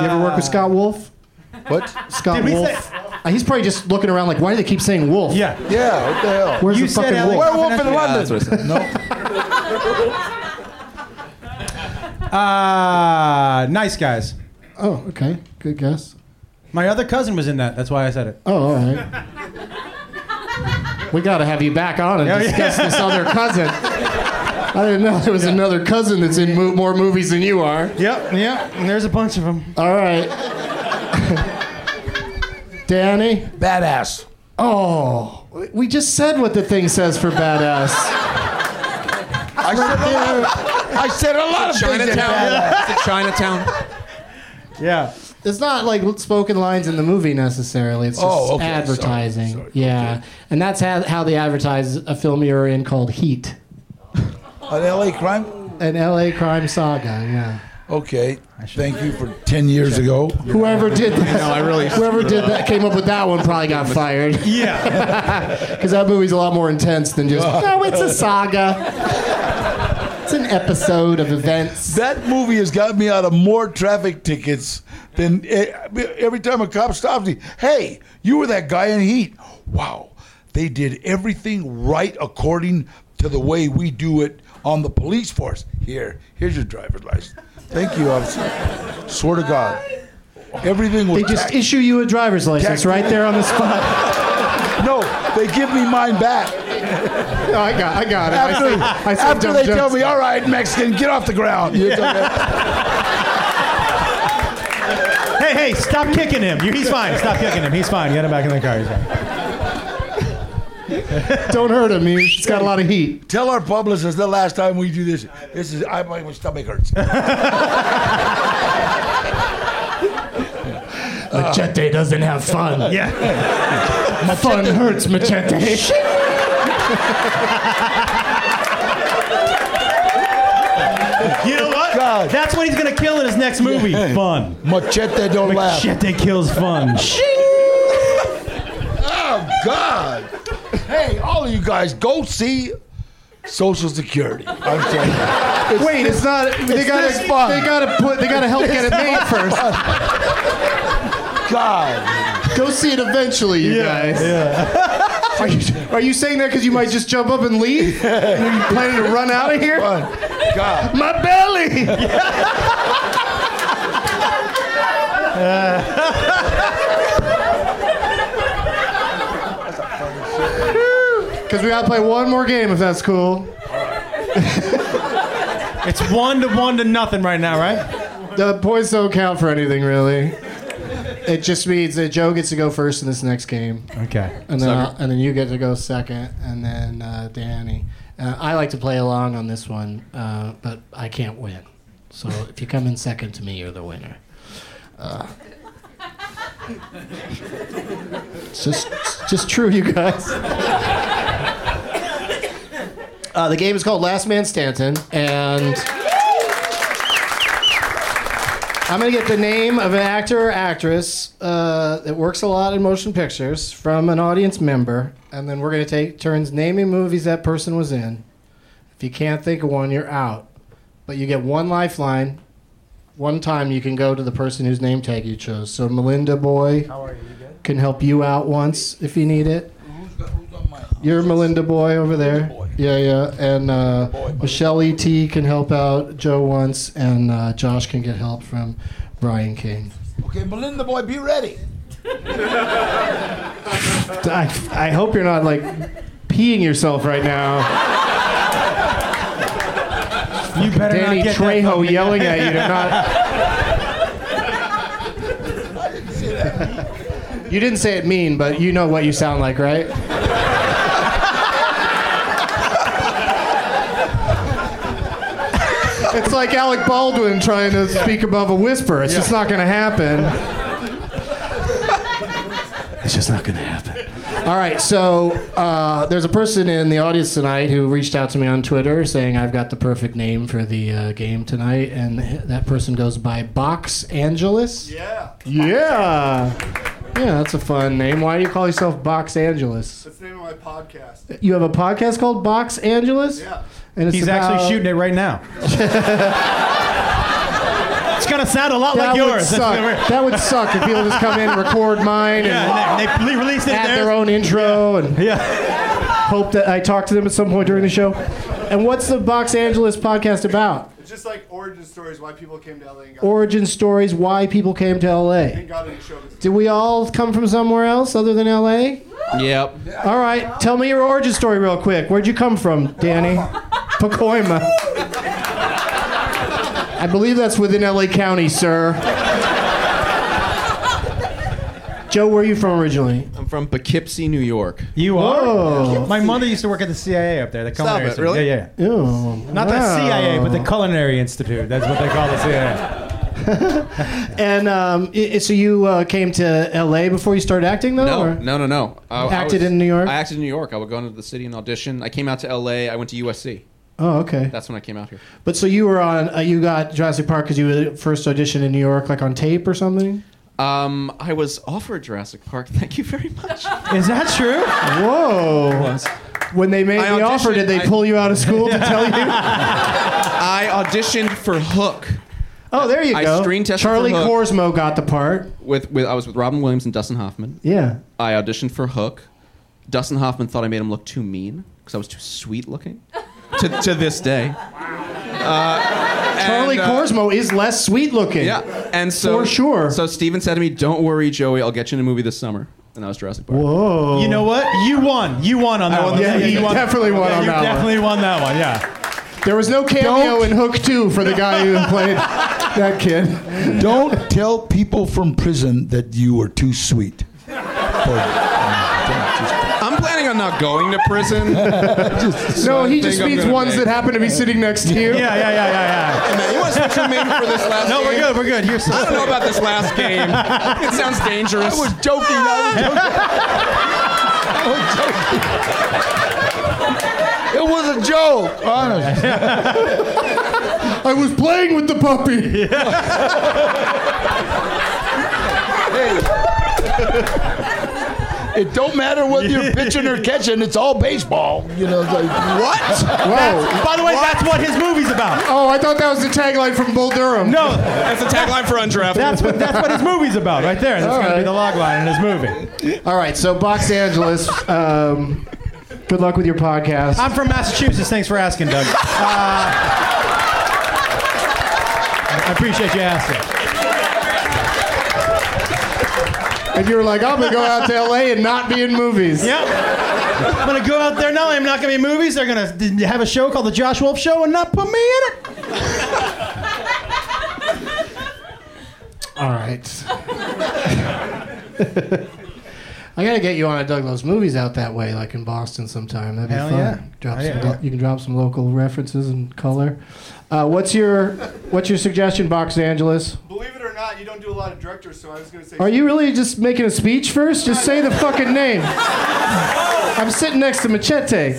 Speaker 10: you ever work with Scott Wolf?
Speaker 4: What?
Speaker 10: Scott
Speaker 5: Did we
Speaker 10: Wolf.
Speaker 5: say-
Speaker 10: Uh, he's probably just looking around like, why do they keep saying Wolf?
Speaker 5: Yeah.
Speaker 4: Yeah, what the hell?
Speaker 10: Where's
Speaker 5: You
Speaker 10: the
Speaker 5: said LA
Speaker 10: fucking Wolf?
Speaker 4: Werewolf in
Speaker 6: Yeah,
Speaker 4: London.
Speaker 6: that's what I said.
Speaker 4: No.
Speaker 5: Ah, nice guys.
Speaker 10: Oh, okay. Good guess.
Speaker 5: My other cousin was in that. That's why I said it.
Speaker 10: Oh, all right. we got to have you back on and
Speaker 5: Yeah, yeah.
Speaker 10: discuss this other cousin. I didn't know there was another cousin that's in mo- more movies than you are.
Speaker 5: Yep, yep. There's a bunch of them.
Speaker 10: All right. Danny?
Speaker 4: Badass.
Speaker 10: Oh, we just said what the thing says for badass.
Speaker 4: I said a lot. I said a lot of things. that badass.
Speaker 6: Chinatown. Is it Chinatown?
Speaker 5: Yeah.
Speaker 10: It's not like spoken lines in the movie necessarily. It's just
Speaker 4: Oh, okay.
Speaker 10: advertising.
Speaker 4: Sorry, sorry.
Speaker 10: Yeah, and that's how, how they advertise a film you're in called Heat,
Speaker 4: An LA crime.
Speaker 10: an L.A. crime saga. Yeah.
Speaker 4: Okay. Thank you for ten years ago.
Speaker 10: Whoever did that,
Speaker 6: I really
Speaker 10: whoever did that, came up with that one probably got fired
Speaker 5: Yeah.
Speaker 10: because that movie's a lot more intense than just no, it's a saga. That's an episode of events.
Speaker 4: That movie has got me out of more traffic tickets than eh, every time a cop stops me. Hey, you were that guy in Heat. Wow, they did everything right according to the way we do it on the police force. Here, here's your driver's license. Thank you, officer. Swear to God, everything was.
Speaker 11: They just
Speaker 4: tact-
Speaker 11: issue you a driver's license
Speaker 4: tact-
Speaker 11: right there on the spot.
Speaker 4: No, they give me mine back.
Speaker 10: No, I got, I got it. I
Speaker 4: After,
Speaker 10: said- I said
Speaker 4: after
Speaker 10: dumb
Speaker 4: they tell
Speaker 10: jokes.
Speaker 4: me, all right, Mexican, get off the ground. It's okay.
Speaker 5: Hey, hey, stop kicking him. You- He's fine. Stop kicking him. He's fine. Get him back in the car. He's fine.
Speaker 10: Don't hurt him. He's got a lot of heat.
Speaker 4: Tell our publicist the last time we do this. This is I my stomach hurts.
Speaker 10: Machete doesn't have fun.
Speaker 5: Yeah.
Speaker 10: Fun hurts, Machete.
Speaker 5: You know what?
Speaker 4: God.
Speaker 5: That's what he's going to kill in his next movie. Fun.
Speaker 4: Machete don't laugh.
Speaker 5: Machete kills fun.
Speaker 4: Oh God! Hey, all of you guys, go see Social Security. I'm telling you. It's-
Speaker 10: Wait, it's not. They
Speaker 4: It's
Speaker 10: gotta,
Speaker 4: this fun.
Speaker 10: they gotta put. They gotta help get it made first.
Speaker 4: God.
Speaker 10: Go see it eventually, you guys. Are you, are you saying that because you might just jump up and leave? You're planning to run out of here?
Speaker 4: Fun. God.
Speaker 10: My belly. Because we gotta play one more game if that's cool.
Speaker 5: It's one to one to nothing right now, right?
Speaker 10: The points don't count for anything really. It just means that Joe gets to go first in this next game,
Speaker 5: Okay.
Speaker 10: and then I'll- and then you get to go second, and then uh, Danny. Uh, I like to play along on this one, uh, but I can't win. So if you come in second to me, you're the winner. Uh, it's just, it's just true, you guys. Uh, the game is called Last Man Stanton, and. I'm gonna get the name of an actor or actress uh, that works a lot in motion pictures from an audience member, and then we're gonna take turns naming movies that person was in. If you can't think of one, you're out. But you get one lifeline. One time you can go to the person whose name tag you chose. So Melinda Boy can help you out once if you need it. You're Melinda Boy over there. Yeah, yeah. And uh, Michelle E.T. can help out Joe once, and uh, Josh can get help from Brian King.
Speaker 4: Okay, Melinda boy, be ready.
Speaker 10: I, I hope you're not like peeing yourself right now.
Speaker 5: You better
Speaker 10: Danny
Speaker 5: not get that
Speaker 10: Trejo
Speaker 5: fucking-
Speaker 10: yelling at you to not. You didn't say it mean, but you know what you sound like, right? it's like Alec Baldwin trying to speak above a whisper. It's just not going to happen.
Speaker 5: It's just not going to happen.
Speaker 10: All right, so uh, there's a person in the audience tonight who reached out to me on Twitter saying I've got the perfect name for the uh, game tonight, and that person goes by Box Angelus.
Speaker 12: Yeah.
Speaker 10: Yeah, yeah, that's a fun name. Why do you call yourself Box Angelus?
Speaker 12: That's the name of my podcast.
Speaker 10: You have a podcast called Box Angelus.
Speaker 12: Yeah.
Speaker 10: and it's
Speaker 5: He's actually
Speaker 10: about-
Speaker 5: shooting it right now. it's going to sound a lot
Speaker 10: That
Speaker 5: like
Speaker 10: would
Speaker 5: yours. That's where-
Speaker 10: suck. that would suck if people just come in, record mine,
Speaker 5: Yeah, and they, they released it
Speaker 10: and add
Speaker 5: there.
Speaker 10: their own intro and.
Speaker 5: yeah.
Speaker 10: hope that I talk to them at some point during the show. And what's the Box Angeles podcast about?
Speaker 12: It's just like origin stories why people came to LA and got,
Speaker 10: Origin stories, why people came to LA.
Speaker 12: and got into show business.
Speaker 10: Did we all come from somewhere else other than LA?
Speaker 6: Yep.
Speaker 10: All right, tell me your origin story real quick. Where'd you come from, Danny? Pacoima. I believe that's within LA County, sir. Joe, where are you from originally?
Speaker 6: I'm from Poughkeepsie, New York.
Speaker 5: You
Speaker 10: Whoa.
Speaker 5: are. My mother used to work at the CIA up there. The culinary
Speaker 6: it, really?
Speaker 5: Yeah, yeah.
Speaker 10: Ew,
Speaker 5: Not
Speaker 10: wow.
Speaker 5: the CIA, but the Culinary Institute. That's what they call the CIA.
Speaker 10: And um, i- so you uh, came to LA before you started acting, though?
Speaker 6: No,
Speaker 10: or-
Speaker 6: no, no, no. Uh, I, I
Speaker 10: Acted in New York?
Speaker 6: I acted in New York. I would go into the city and audition. I came out to LA. I went to USC.
Speaker 10: Oh, okay.
Speaker 6: That's when I came out here.
Speaker 10: but so you were on, uh, you got Jurassic Park because you were the first audition in New York, like on tape or something?
Speaker 6: Um, I was offered Jurassic Park. Thank you very much.
Speaker 5: Is that true?
Speaker 10: Whoa. When they made
Speaker 6: I
Speaker 10: the offer,
Speaker 6: auditioned-
Speaker 10: did they
Speaker 6: I-
Speaker 10: pull you out of school to tell you?
Speaker 6: I auditioned for Hook.
Speaker 10: Oh, there you
Speaker 6: I
Speaker 10: go.
Speaker 6: screen tested
Speaker 10: Charlie
Speaker 6: for Hook.
Speaker 10: Corsmo got the part.
Speaker 6: With, with I was with Robin Williams and Dustin Hoffman.
Speaker 10: Yeah.
Speaker 6: I auditioned for Hook. Dustin Hoffman thought I made him look too mean because I was too sweet looking. to, to this day. Uh,
Speaker 10: Charlie
Speaker 6: and, uh,
Speaker 10: Corsmo is less sweet looking.
Speaker 6: Yeah, and so
Speaker 10: For sure.
Speaker 6: So Steven said to me, "Don't worry, Joey. I'll get you in a movie this summer." And that was Jurassic Park.
Speaker 5: You know what? You won. You won on
Speaker 6: I
Speaker 5: that
Speaker 6: won
Speaker 5: one.
Speaker 6: the- Yeah,
Speaker 5: you
Speaker 6: you
Speaker 5: won.
Speaker 10: definitely won
Speaker 5: Yeah,
Speaker 10: on
Speaker 5: you
Speaker 10: that one.
Speaker 5: definitely won that one. Yeah.
Speaker 10: There was no cameo in Hook 2 for the guy who played that kid.
Speaker 4: Don't tell people from prison that you were too sweet.
Speaker 6: I'm planning on not going to prison.
Speaker 10: No,
Speaker 6: I
Speaker 10: he
Speaker 6: think
Speaker 10: just
Speaker 6: I'm
Speaker 10: means
Speaker 6: gonna
Speaker 10: ones
Speaker 6: make-
Speaker 10: that happen to be sitting next to you.
Speaker 5: Yeah, yeah, yeah, yeah,
Speaker 6: Hey, man, you want to switch your name for this last
Speaker 5: No,
Speaker 6: game?
Speaker 5: we're good. We're good. Here's
Speaker 6: I don't know about this last game. It sounds dangerous. I was joking.
Speaker 4: It was a joke, honest.
Speaker 10: I was playing with the puppy.
Speaker 4: It don't matter whether you're pitching or catching. It's all baseball. You know, it's like
Speaker 6: What?
Speaker 10: Whoa.
Speaker 5: Oh, By the way, that's what his movie's about.
Speaker 10: Oh, I thought that was the tagline from Bull Durham.
Speaker 5: No,
Speaker 6: That's the tagline for Undrafted.
Speaker 5: that's what that's what his movie's about right there. That's
Speaker 10: All
Speaker 5: gonna
Speaker 10: right.
Speaker 5: be the log line in his movie.
Speaker 10: All right, so Box Angeles, um, good luck with your podcast.
Speaker 5: I'm from Massachusetts. Thanks for asking, Doug. Uh, I appreciate you asking.
Speaker 10: and you were like, I'm going to go out to LA and not be in movies.
Speaker 5: Yep. I'm gonna go out there. No, I'm not gonna be in movies. They're gonna d- have a show called the Josh Wolf Show and not put me in it.
Speaker 10: All right. I gotta get you on a Douglas movies out that way, like in Boston sometime. That'd be
Speaker 5: Hell
Speaker 10: fun.
Speaker 5: yeah.
Speaker 10: Drop
Speaker 5: Hell
Speaker 10: some,
Speaker 5: yeah.
Speaker 10: You can drop some local references and color. Uh, what's your What's your suggestion, Box Angeles?
Speaker 13: Believe it or not, you don't do a lot of directors, so I was going to say.
Speaker 10: Are you really just making a speech first? Just say the fucking name. I'm sitting next to Machete.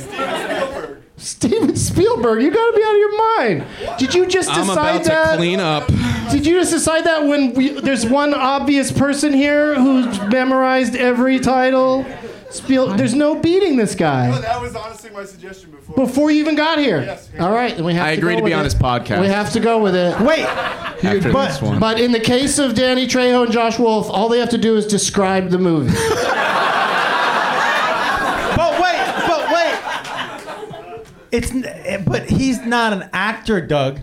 Speaker 10: Steven Spielberg, you gotta be out of your mind. Did you just
Speaker 6: I'm
Speaker 10: decide
Speaker 6: about
Speaker 10: that?
Speaker 6: to clean up.
Speaker 10: Did you just decide that when we, there's one obvious person here who's memorized every title? Spiel, there's no beating this guy
Speaker 13: That was honestly my suggestion before.
Speaker 10: before you even got here.
Speaker 13: Yes.
Speaker 10: All right, then we have
Speaker 6: I
Speaker 10: to
Speaker 6: agree
Speaker 10: go
Speaker 6: to be on
Speaker 10: with it.
Speaker 6: his podcast.
Speaker 10: We have to go with it.
Speaker 5: Wait,
Speaker 6: After
Speaker 5: but-
Speaker 6: this one.
Speaker 10: But in the case of Danny Trejo and Josh Wolf, all they have to do is describe the movie.
Speaker 5: but wait, but wait. It's n- eh, but he's not an actor, Doug.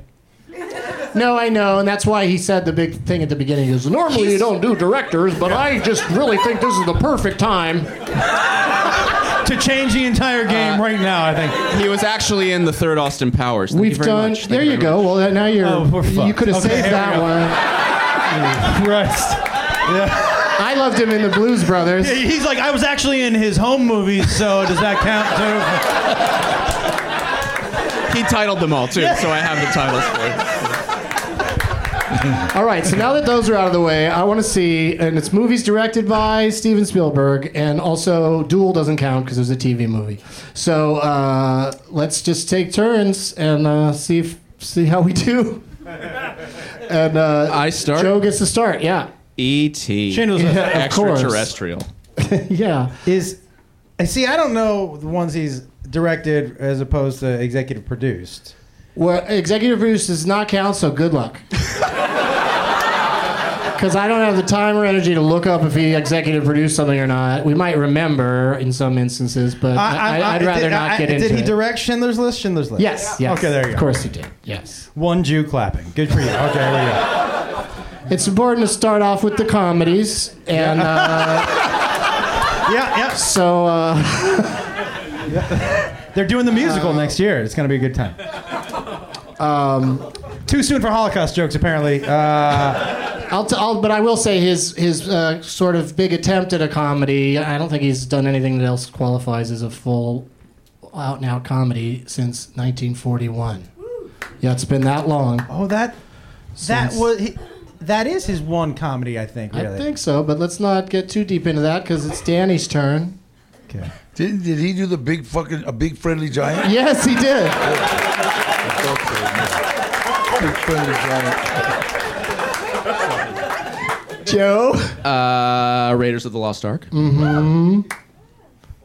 Speaker 10: no, I know, and that's why he said the big thing at the beginning. He goes, normally you don't do directors, but I just really think this is the perfect time.
Speaker 5: To change the entire
Speaker 10: Uh,
Speaker 5: game right now, I think.
Speaker 6: he was actually in the third Austin Powers. Thank you
Speaker 10: We've
Speaker 6: very
Speaker 10: done.
Speaker 6: much. Thank
Speaker 10: There you
Speaker 6: very much.
Speaker 10: go. Well, now you're.
Speaker 5: Oh, we're
Speaker 10: you
Speaker 5: fucked.
Speaker 10: could have
Speaker 5: Okay,
Speaker 10: saved
Speaker 5: here we
Speaker 10: that
Speaker 5: go.
Speaker 10: one.
Speaker 5: Christ. Yeah.
Speaker 10: I loved him in the Blues Brothers.
Speaker 5: He's like, I was actually in his home movies, so does that count too?
Speaker 6: He titled them all too, so I have the titles for you.
Speaker 10: All right, so now that those are out of the way, I want to see, and it's movies directed by Steven Spielberg, and also Duel doesn't count because it was a TV movie. So uh, let's just take turns and uh, see if, see how we do. And uh,
Speaker 6: I start?
Speaker 10: Joe gets to start. Yeah,
Speaker 6: E.T.
Speaker 5: Shane was
Speaker 10: Yeah, of course.
Speaker 6: Extraterrestrial.
Speaker 10: yeah.
Speaker 5: is I see. I don't know the ones he's directed as opposed to executive produced.
Speaker 10: Well, executive produce does not count, so good luck. Because I don't have the time or energy to look up if he executive produced something or not. We might remember in some instances, but I, I, would rather
Speaker 5: did,
Speaker 10: not
Speaker 5: I-
Speaker 10: get
Speaker 5: did
Speaker 10: into
Speaker 5: he
Speaker 10: it.
Speaker 5: direct Schindler's List? Schindler's List.
Speaker 10: Yes, yes.
Speaker 5: Okay, there you go.
Speaker 10: Of course he did. Yes.
Speaker 5: One Jew clapping. Good for you. Okay, there you go.
Speaker 10: It's important to start off with the comedies, and uh,
Speaker 5: Yeah, yeah.
Speaker 10: so uh,
Speaker 5: They're doing the musical next year. It's going to be a good time. Um, Too soon for Holocaust jokes, apparently. Uh,
Speaker 10: I'll, t- I'll. But I will say his his uh, sort of big attempt at a comedy. I don't think he's done anything that else qualifies as a full out and out comedy since 1941. Yeah, it's been that long.
Speaker 5: oh, that that
Speaker 10: Since-
Speaker 5: was he, that is his one comedy, I think. Really.
Speaker 10: I think so, but let's not get too deep into that because it's Danny's turn.
Speaker 5: Okay.
Speaker 4: did, did he do the big fucking a big friendly giant?
Speaker 10: Yes, he did.
Speaker 4: Big friendly giant.
Speaker 10: Joe,
Speaker 6: Uh, Raiders of the Lost Ark.
Speaker 1: Mm.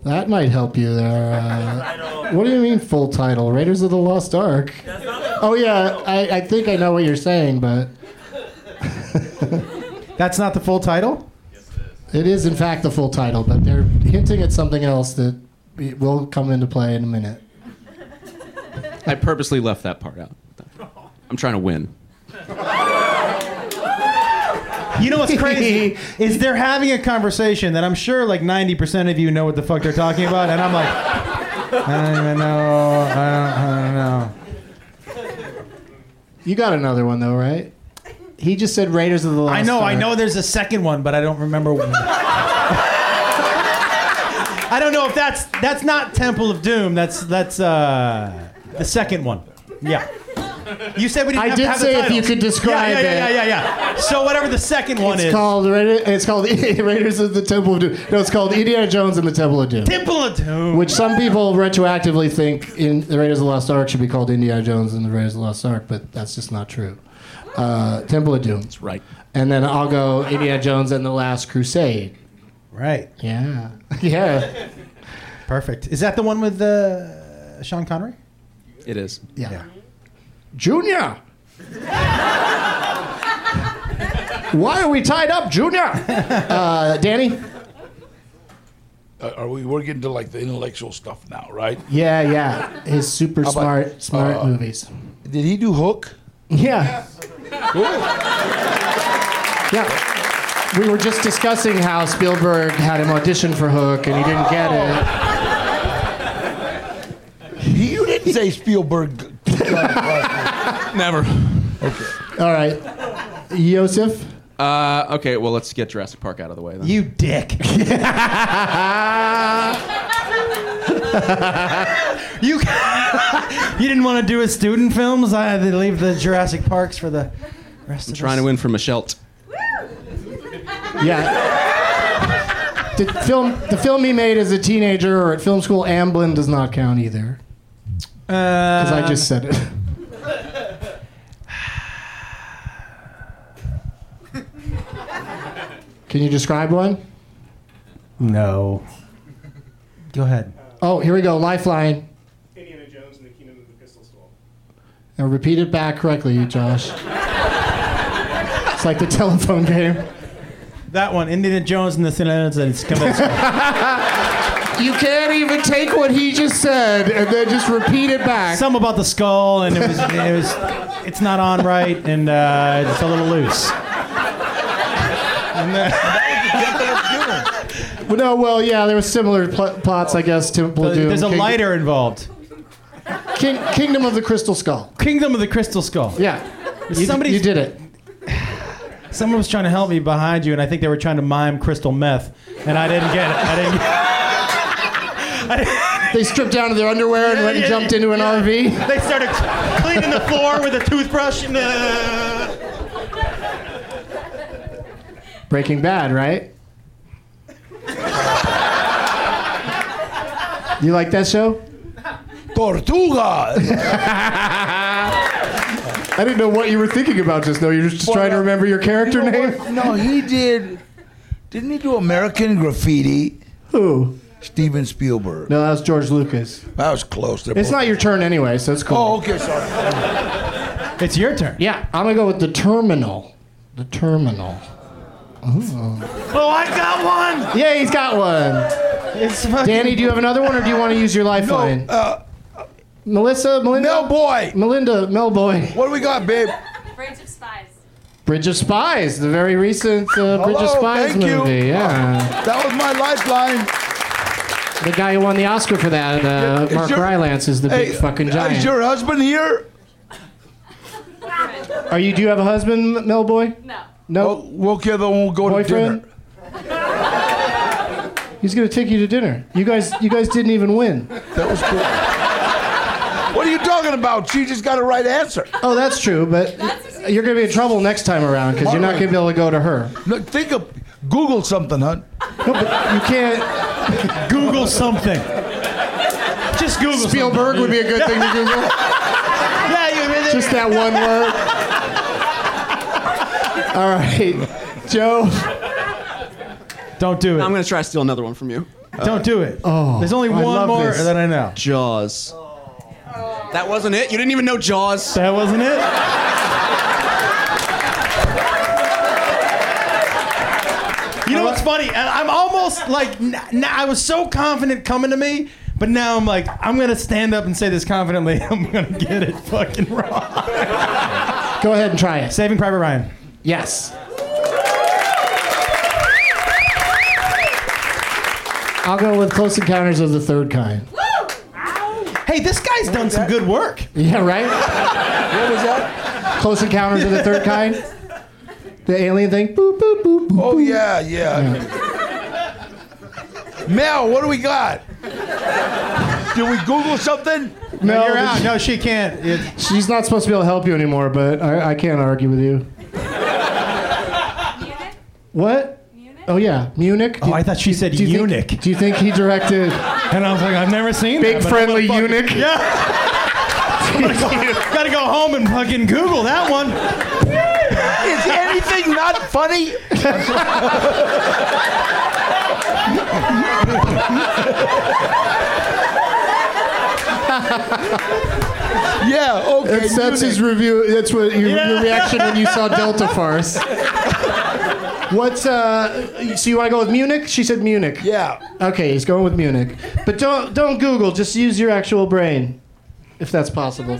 Speaker 10: that might help you there. Uh, what do you mean full title? Raiders of the Lost Ark. Oh yeah, I, I think I know what you're saying, but
Speaker 5: that's not the full title.
Speaker 10: It is in fact the full title, but they're hinting at something else that it will come into play in a minute.
Speaker 6: I purposely left that part out. I'm trying to win.
Speaker 5: You know what's crazy is they're having a conversation that I'm sure like 90% of you know what the fuck they're talking about, and I'm like, I don't even know. I don't, I don't know.
Speaker 10: You got another one though, right? He just said Raiders of the Lost.
Speaker 5: I know, I
Speaker 10: Ark.
Speaker 5: know. There's a second one, but I don't remember. When. I don't know if that's that's not Temple of Doom. That's that's uh, the second one. Yeah. You said we didn't
Speaker 10: I
Speaker 5: have
Speaker 10: did
Speaker 5: to have
Speaker 10: say
Speaker 5: the
Speaker 10: if you
Speaker 5: titles.
Speaker 10: could describe
Speaker 5: yeah, yeah,
Speaker 10: it.
Speaker 5: Yeah, yeah, yeah, yeah. So whatever the second one
Speaker 10: It's
Speaker 5: is.
Speaker 10: called Raiders, it's called Raiders of the Temple of Doom. No, it's called Indiana Jones and the Temple of Doom.
Speaker 5: Temple of Doom.
Speaker 10: Which some people retroactively think in the Raiders of the Lost Ark should be called Indiana Jones and the Raiders of the Lost Ark, but that's just not true. Uh, Temple of Doom. That's
Speaker 6: right.
Speaker 10: And then I'll go Indiana Jones and the Last Crusade.
Speaker 5: Right.
Speaker 10: Yeah. yeah.
Speaker 5: Perfect. Is that the one with uh, Sean Connery?
Speaker 6: It is.
Speaker 10: Yeah. Junior! Why are we tied up, Junior? Uh, Danny?
Speaker 4: Uh, are we? We're getting to like the intellectual stuff now, right?
Speaker 10: Yeah, yeah. His super
Speaker 4: How about,
Speaker 10: smart, smart
Speaker 4: uh,
Speaker 10: movies.
Speaker 4: Did he do Hook?
Speaker 10: Yeah. Yeah. We were just discussing how Spielberg had him audition for Hook and he didn't get it.
Speaker 4: You didn't say Spielberg.
Speaker 6: Never.
Speaker 10: All right. Yosef?
Speaker 6: Uh, okay, well, let's get Jurassic Park out of the way then.
Speaker 5: You dick. you, you didn't want to do a student films? I had to leave the Jurassic Parks for the rest
Speaker 6: I'm
Speaker 5: of
Speaker 6: trying
Speaker 5: us.
Speaker 6: to win for Michelle.
Speaker 10: Yeah. The film, the film he made as a teenager or at film school, Amblin, does not count either. Because I just said it. Can you describe one?
Speaker 5: No. Go ahead.
Speaker 10: Oh, here we go. Lifeline.
Speaker 14: Indiana Jones and the Kingdom of the Crystal Skull.
Speaker 10: And repeat it back correctly, Josh. it's like the telephone game.
Speaker 5: That one, Indiana Jones and the Silence and it's coming.
Speaker 10: You can't even take what he just said and then just repeat it back.
Speaker 5: Some about the skull, and it was, it was it's not on right, and uh, it's a little loose. And then-
Speaker 10: Well, no, well, yeah, there were similar pl- plots, I guess. Temple of Doom.
Speaker 5: there's a
Speaker 10: King-
Speaker 5: lighter involved.
Speaker 10: King- Kingdom of the Crystal Skull.
Speaker 5: Kingdom of the Crystal Skull.
Speaker 10: Yeah. You,
Speaker 5: Somebody-
Speaker 10: you did it.
Speaker 5: Someone was trying to help me behind you, and I think they were trying to mime crystal meth, and I didn't get it. I didn't.
Speaker 10: They stripped down to their underwear and went and jumped into an RV.
Speaker 5: They started cleaning the floor with a toothbrush. And, uh,
Speaker 10: Breaking Bad, right? you like that show?
Speaker 4: Tortuga.
Speaker 10: I didn't know what you were thinking about just now. You're just trying to remember your character
Speaker 4: You know
Speaker 10: name?
Speaker 4: what? No, he did. Didn't he do American Graffiti?
Speaker 10: Who?
Speaker 4: Steven Spielberg.
Speaker 10: No, that was George Lucas.
Speaker 4: That was close. They're
Speaker 10: It's
Speaker 4: both-
Speaker 10: not your turn anyway, so it's cool.
Speaker 4: Oh, okay, sorry.
Speaker 5: it's your turn.
Speaker 10: Yeah, I'm gonna go with the terminal. The terminal.
Speaker 5: Oh, I got one.
Speaker 10: Yeah, he's got one.
Speaker 5: It's fucking-
Speaker 10: Danny, do you have another one, or do you want to use your lifeline?
Speaker 4: Uh,
Speaker 10: Melissa, Melinda,
Speaker 4: Mel Boy.
Speaker 10: Melinda, Melboy.
Speaker 4: What do we got, babe?
Speaker 15: Bridge of Spies.
Speaker 10: Bridge of Spies, the very recent uh, Bridge of
Speaker 4: Hello,
Speaker 10: Spies
Speaker 4: thank you.
Speaker 10: movie. Yeah,
Speaker 4: That was my lifeline.
Speaker 10: the guy who won the Oscar for that, uh,
Speaker 4: Is
Speaker 10: Mark
Speaker 4: your-
Speaker 10: Rylance, is the big fucking giant.
Speaker 4: uh, Is your husband here?
Speaker 10: Are you? Do you have a husband, M- Melboy?
Speaker 15: No.
Speaker 10: No.
Speaker 4: Oh, we'll get the one. We'll go
Speaker 10: Boyfriend?
Speaker 4: to dinner.
Speaker 10: He's gonna take you to dinner. You guys, you guys didn't even win.
Speaker 4: That was cool. what are you talking about? She just got a right answer.
Speaker 10: Oh, that's true, but you're gonna be in trouble next time around because you're not gonna be able to go to her.
Speaker 4: Look, think of Google something, hun.
Speaker 10: No, but you can't.
Speaker 5: Google something. Just Google.
Speaker 10: Spielberg would be a good thing to Google.
Speaker 5: something. Yeah, you.
Speaker 10: Just that one word. All right, Joe.
Speaker 5: Don't do
Speaker 6: I'm
Speaker 5: it.
Speaker 6: going to try to steal another one from you.
Speaker 5: Don't do it. Oh, There's only
Speaker 10: I
Speaker 5: one
Speaker 10: love
Speaker 5: more
Speaker 10: this.
Speaker 5: that I know.
Speaker 6: Jaws. That wasn't it? You didn't even know Jaws?
Speaker 5: That wasn't it? You know what's funny? And I'm almost like n- n- I was so confident coming to me, but now I'm like I'm gonna stand up and say this confidently. I'm gonna get it fucking wrong. Go ahead and try it. Saving Private Ryan. Yes.
Speaker 10: I'll go with Close Encounters of the Third Kind.
Speaker 5: Hey, this guy's done some good work.
Speaker 10: Yeah, right? what was that? Close Encounters of the Third Kind. The alien thing. Boop, boop, boop, boop.
Speaker 4: Oh, yeah, yeah. Mel, what do we got? Did we Google something?
Speaker 10: No,
Speaker 5: you're
Speaker 10: but
Speaker 5: out.
Speaker 10: she-
Speaker 5: No, she can't. It-
Speaker 10: She's not supposed to be able to help you anymore, but I, I can't argue with you. What? Oh yeah, Munich.
Speaker 5: Oh, I thought she said
Speaker 10: do you think-
Speaker 5: eunuch.
Speaker 10: do you think he directed?
Speaker 5: And I was like, I've never seen
Speaker 10: Big
Speaker 5: that, but I'm
Speaker 10: friendly
Speaker 5: gonna fucking-
Speaker 10: eunuch.
Speaker 5: Yeah. Gotta go- Gotta go home and fucking Google that one.
Speaker 4: Is anything not funny? yeah, okay.
Speaker 1: That's, that's his review. That's what your, your reaction when you saw Delta Farce.
Speaker 10: What's uh? So you want to go with Munich? She said Munich.
Speaker 4: Yeah.
Speaker 10: Okay, he's going with
Speaker 6: Uh,
Speaker 10: Munich. But don't don't Google. Just use your actual brain, if that's possible.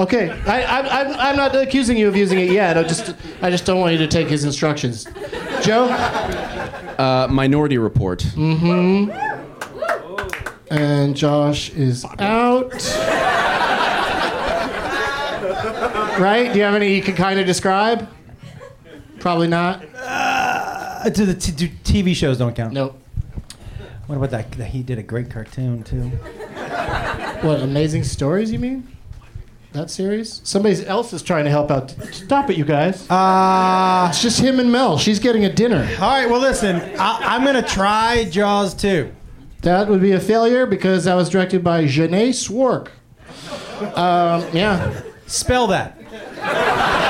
Speaker 10: Okay, I, I, I'm, I'm not accusing you of using it yet. I just I just don't want you to take his instructions. Joe.
Speaker 6: Uh, Minority Report.
Speaker 10: Mm-hmm. And Josh is out. right? Do you have any you can kind of describe? Probably not.
Speaker 5: Uh, do the t- do TV shows don't count?
Speaker 10: Nope.
Speaker 5: What about that? that He did a great cartoon too.
Speaker 10: What amazing stories you mean? That series? Somebody else is trying to help out. Stop it, you guys.
Speaker 5: Uh,
Speaker 10: it's just him and Mel. She's getting a dinner.
Speaker 5: All right. Well, listen. I, I'm gonna try Jaws too.
Speaker 10: That would be a failure because that was directed by Janae Swark. Um, yeah.
Speaker 5: Spell that.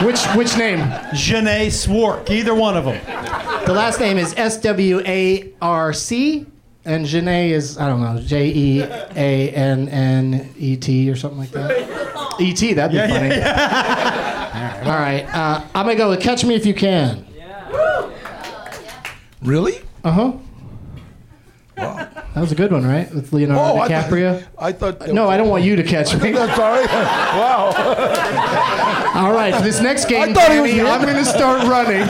Speaker 10: Which which name?
Speaker 5: Janae Swark. Either one of them.
Speaker 10: The last name is S W A R C, and Janae is I don't know J E A N N E T or something like that. E T, that'd be funny. All right, uh, I'm gonna go with Catch Me If You Can.
Speaker 4: Really?
Speaker 10: Uh huh. That was a good one, right? With Leonardo
Speaker 4: Oh, I thought-
Speaker 10: DiCaprio.
Speaker 4: I thought. that
Speaker 10: no,
Speaker 4: was-
Speaker 10: I don't want you to catch me.
Speaker 4: I'm sorry. wow.
Speaker 10: All right, for this next game,
Speaker 4: I thought he was
Speaker 10: Danny, I'm
Speaker 4: running.
Speaker 10: gonna start running.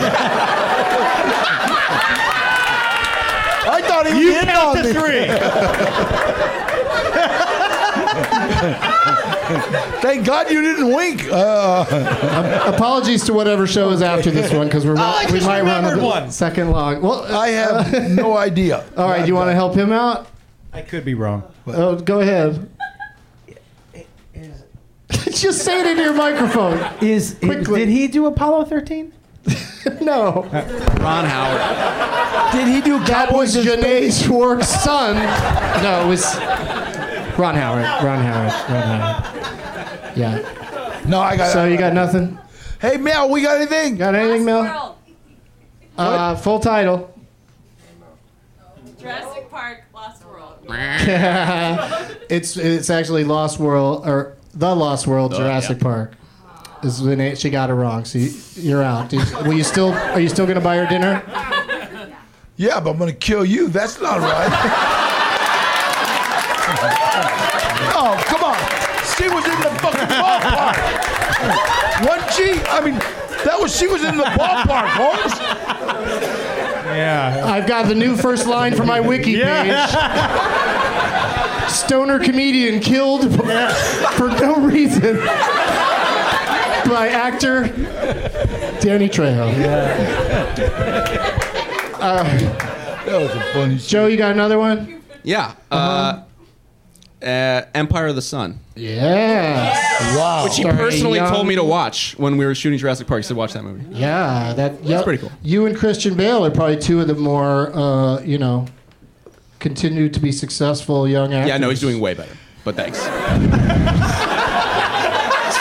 Speaker 4: I thought he was
Speaker 5: You
Speaker 4: hitting
Speaker 5: count
Speaker 4: on
Speaker 5: to
Speaker 4: me. Thank God you didn't wink. Uh,
Speaker 10: Apologies to whatever show is after this one because we're
Speaker 4: Oh, I
Speaker 10: we
Speaker 4: just
Speaker 10: might run Oh. a
Speaker 4: remembered
Speaker 10: bit-
Speaker 4: one.
Speaker 10: second long. Well,
Speaker 4: I have no idea.
Speaker 10: All right, you want to help him out?
Speaker 5: I could be wrong.
Speaker 10: Oh, go ahead. Just say it into your microphone.
Speaker 5: Is
Speaker 10: Quickly.
Speaker 5: did he do Apollo 13?
Speaker 10: no.
Speaker 6: Ron Howard.
Speaker 4: Did he do
Speaker 10: That was Janae Schwartz's son. No, it was Ron Howard. Ron Howard. Ron Howard. Yeah.
Speaker 4: No, I got.
Speaker 10: So you got nothing?
Speaker 4: Hey, Mel, we got anything?
Speaker 10: Got anything, Mel? Uh, full title.
Speaker 16: Jurassic Park, Lost World.
Speaker 10: it's it's actually Lost World or the Lost World, Jurassic Park. Is the name she got it wrong. So you, you're out. Do you- will you still? Are you still gonna buy her dinner?
Speaker 4: Yeah, but I'm gonna kill you. That's not right. oh, come on. She was in the fucking ballpark. One G. I mean, that was she was in the ballpark, Holmes.
Speaker 5: Yeah.
Speaker 10: I've got the new first line for my wiki page. Stoner comedian killed for, for no reason by actor Danny Trejo.
Speaker 4: That was a funny.
Speaker 10: Joe, you got another one?
Speaker 6: Yeah. Uh,
Speaker 1: Uh-huh.
Speaker 6: uh, Empire of the Sun.
Speaker 10: Yeah.
Speaker 4: Wow.
Speaker 6: Which he
Speaker 10: Starring
Speaker 6: personally
Speaker 10: young-
Speaker 6: told me to watch when we were shooting Jurassic Park. He said, watch that movie.
Speaker 10: Yeah, that yeah,
Speaker 6: pretty cool.
Speaker 10: You and Christian Bale are probably two of the more, uh, you know, continue to be successful young actors.
Speaker 6: Yeah, no, he's doing way better. But thanks.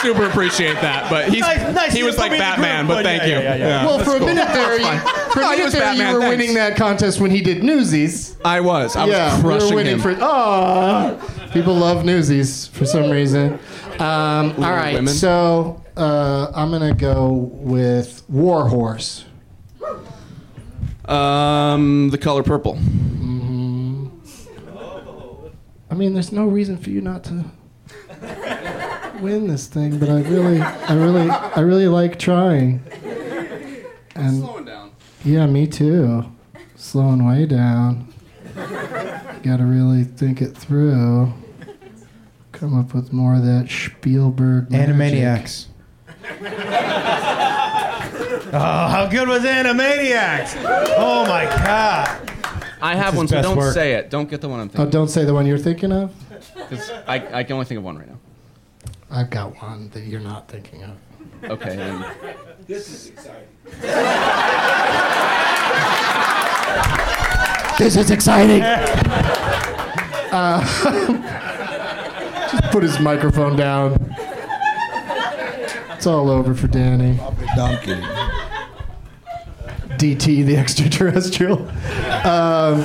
Speaker 17: super appreciate that. But he's,
Speaker 1: Nice- nice
Speaker 17: he
Speaker 1: you
Speaker 17: was
Speaker 1: put
Speaker 17: like
Speaker 1: me in the
Speaker 17: Batman,
Speaker 1: group,
Speaker 17: but
Speaker 1: but
Speaker 17: thank
Speaker 1: yeah,
Speaker 17: you.
Speaker 1: yeah, yeah.
Speaker 17: Yeah,
Speaker 1: well,
Speaker 17: that's
Speaker 1: for a
Speaker 17: cool.
Speaker 1: minute there, you, for
Speaker 17: No,
Speaker 1: a
Speaker 6: Oh,
Speaker 17: he
Speaker 1: minute
Speaker 17: was
Speaker 1: there
Speaker 17: Batman,
Speaker 1: you were
Speaker 17: thanks.
Speaker 1: winning that contest when he did Newsies.
Speaker 17: I was. I was
Speaker 1: yeah, we
Speaker 17: crushing
Speaker 1: were winning
Speaker 17: him.
Speaker 1: For, oh, people love Newsies for some reason. Um, all right,
Speaker 17: women.
Speaker 1: so uh, I'm gonna go with War Horse.
Speaker 6: Um, the color purple.
Speaker 1: I mean, there's no reason for you not to win this thing, but I really, I really, I really like trying. And slowing down. Yeah, me too. Slowing way down. Got to really think it through. Come up with more of that Spielberg. magic.
Speaker 5: Animaniacs. Oh, how good was Animaniacs? Oh my god.
Speaker 6: I
Speaker 5: That's
Speaker 6: have
Speaker 5: his
Speaker 6: one, so
Speaker 5: best
Speaker 6: don't
Speaker 5: work.
Speaker 6: say it. Don't get the one I'm thinking.
Speaker 1: Oh, don't say the one you're thinking of.
Speaker 6: 'Cause I, I can only think of one right now.
Speaker 1: I've got one that you're not thinking of.
Speaker 6: Okay. then.
Speaker 2: This is exciting.
Speaker 1: This is exciting. Uh, just put his microphone down. It's all over for Danny.
Speaker 4: Donkey.
Speaker 1: DT the extraterrestrial. Um,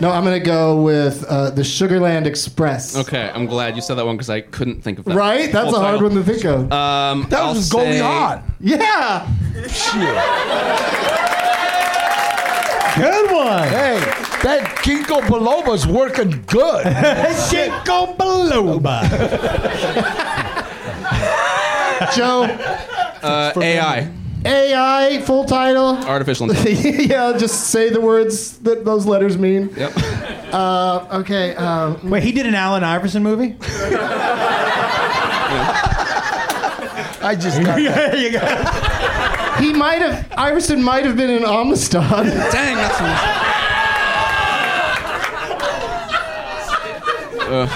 Speaker 1: no, I'm gonna go with uh, the Sugarland Express.
Speaker 6: Okay, I'm glad you said that one because I couldn't think of that.
Speaker 1: Right? That's
Speaker 6: Full
Speaker 1: a hard
Speaker 6: title.
Speaker 1: one to think of.
Speaker 6: Um,
Speaker 1: That was
Speaker 6: I'll
Speaker 1: Goldie
Speaker 6: say-
Speaker 1: Hawn. Yeah.
Speaker 4: Good one. Hey, that Kinko Biloba's working good.
Speaker 5: Kinko Biloba.
Speaker 1: Joe,
Speaker 6: Uh, AI.
Speaker 1: AI full title.
Speaker 6: Artificial intelligence.
Speaker 1: yeah, just say the words that those letters mean.
Speaker 6: Yep.
Speaker 1: Uh, okay. Um,
Speaker 5: Wait, he did an Alan Iverson movie?
Speaker 4: I just got
Speaker 5: that. you got
Speaker 1: He might have Iverson might have been in Amistad.
Speaker 6: Dang, that's. Uh,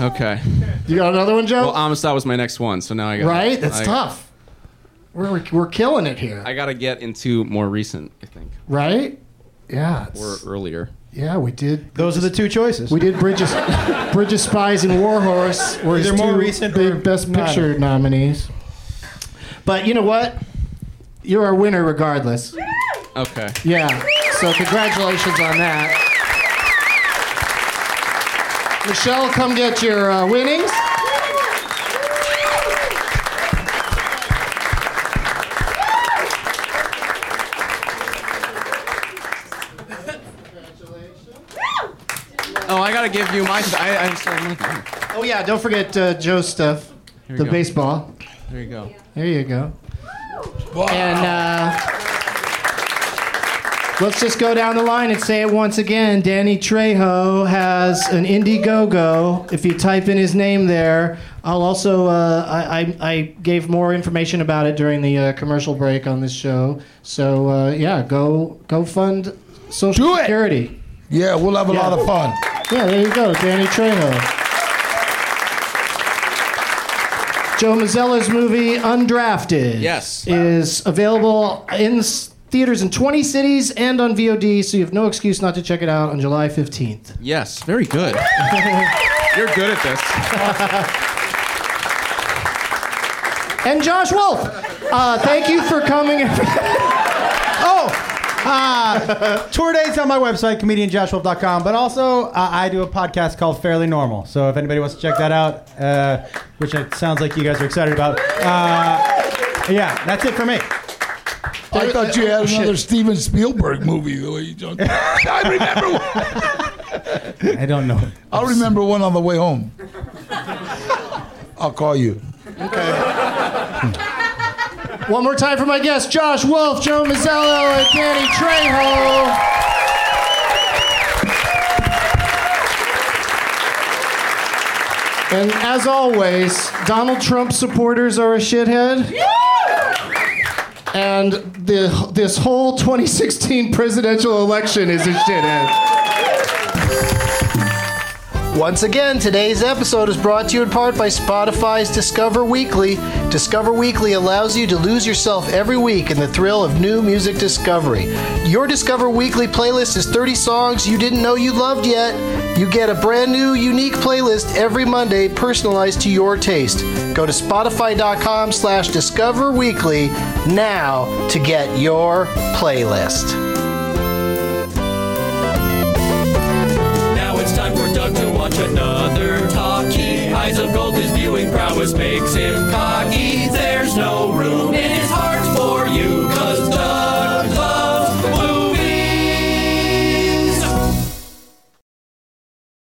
Speaker 6: okay.
Speaker 1: You got another one, Joe?
Speaker 6: Well, Amistad was my next one, so now I got
Speaker 1: right? That's
Speaker 6: I-
Speaker 1: tough. We're, we're, we're killing it here,
Speaker 6: I got to get into more recent, I think,
Speaker 1: right? Yeah.
Speaker 6: or earlier.
Speaker 1: Yeah, we did.
Speaker 5: Those are the two choices.
Speaker 1: We did Bridges, Bridges, Spies, and Warhorse were his
Speaker 5: Either more
Speaker 1: two
Speaker 5: recent
Speaker 1: big Best
Speaker 5: not.
Speaker 1: Picture nominees. But you know what? You're our winner regardless.
Speaker 6: Okay.
Speaker 1: Yeah. So congratulations on that. Michelle, come get your uh, winnings.
Speaker 6: Oh, I got to give you my. I, I'm sorry, I'm not-
Speaker 1: Oh yeah, don't forget uh, Joe's stuff,
Speaker 6: Here you
Speaker 1: the
Speaker 6: go.
Speaker 1: baseball.
Speaker 6: There you go.
Speaker 1: There you go. And uh, let's just go down the line and say it once again. Danny Trejo has an Indiegogo. If you type in his name there, I'll also uh, I, I I gave more information about it during the uh, commercial break on this show. So uh, yeah, go go fund Social Security.
Speaker 4: Yeah, we'll have a
Speaker 1: Yeah.
Speaker 4: lot of fun.
Speaker 1: Yeah, there you go, Danny Trejo. Joe Mazzella's movie Undrafted
Speaker 6: Yes.
Speaker 1: is available in s- theaters in 20 cities and on VOD, so you have no excuse not to check it out on July 15th.
Speaker 6: Yes, very good. You're good at this.
Speaker 1: And Josh Wolf, uh, thank you for coming.
Speaker 5: oh, uh, tour dates on my website, comedianjoshwolf.com. But also, uh, I do a podcast called Fairly Normal. So if anybody wants to check that out, uh, which it sounds like you guys are excited about, uh, yeah, that's it for me.
Speaker 4: I thought you had another Steven Spielberg movie. The way you jumped. I remember one.
Speaker 5: I don't know.
Speaker 4: I'll remember one on the way home. I'll call you.
Speaker 1: One more time for my guests Josh Wolf, Joe Mazzello, and Danny Trejo. And as always, Donald Trump supporters are a shithead. And the, this whole 2016 presidential election is a shithead. Once again, today's episode is brought to you in part by Spotify's Discover Weekly. Discover Weekly allows you to lose yourself every week in the thrill of new music discovery. Your Discover Weekly playlist is 30 songs you didn't know you loved yet. You get a brand new, unique playlist every Monday personalized to your taste. Go to spotify.com slash discover weekly now to get your playlist.
Speaker 2: Now it's time for Doug to watch another talkie. Eyes of gold, his viewing prowess makes him cocky.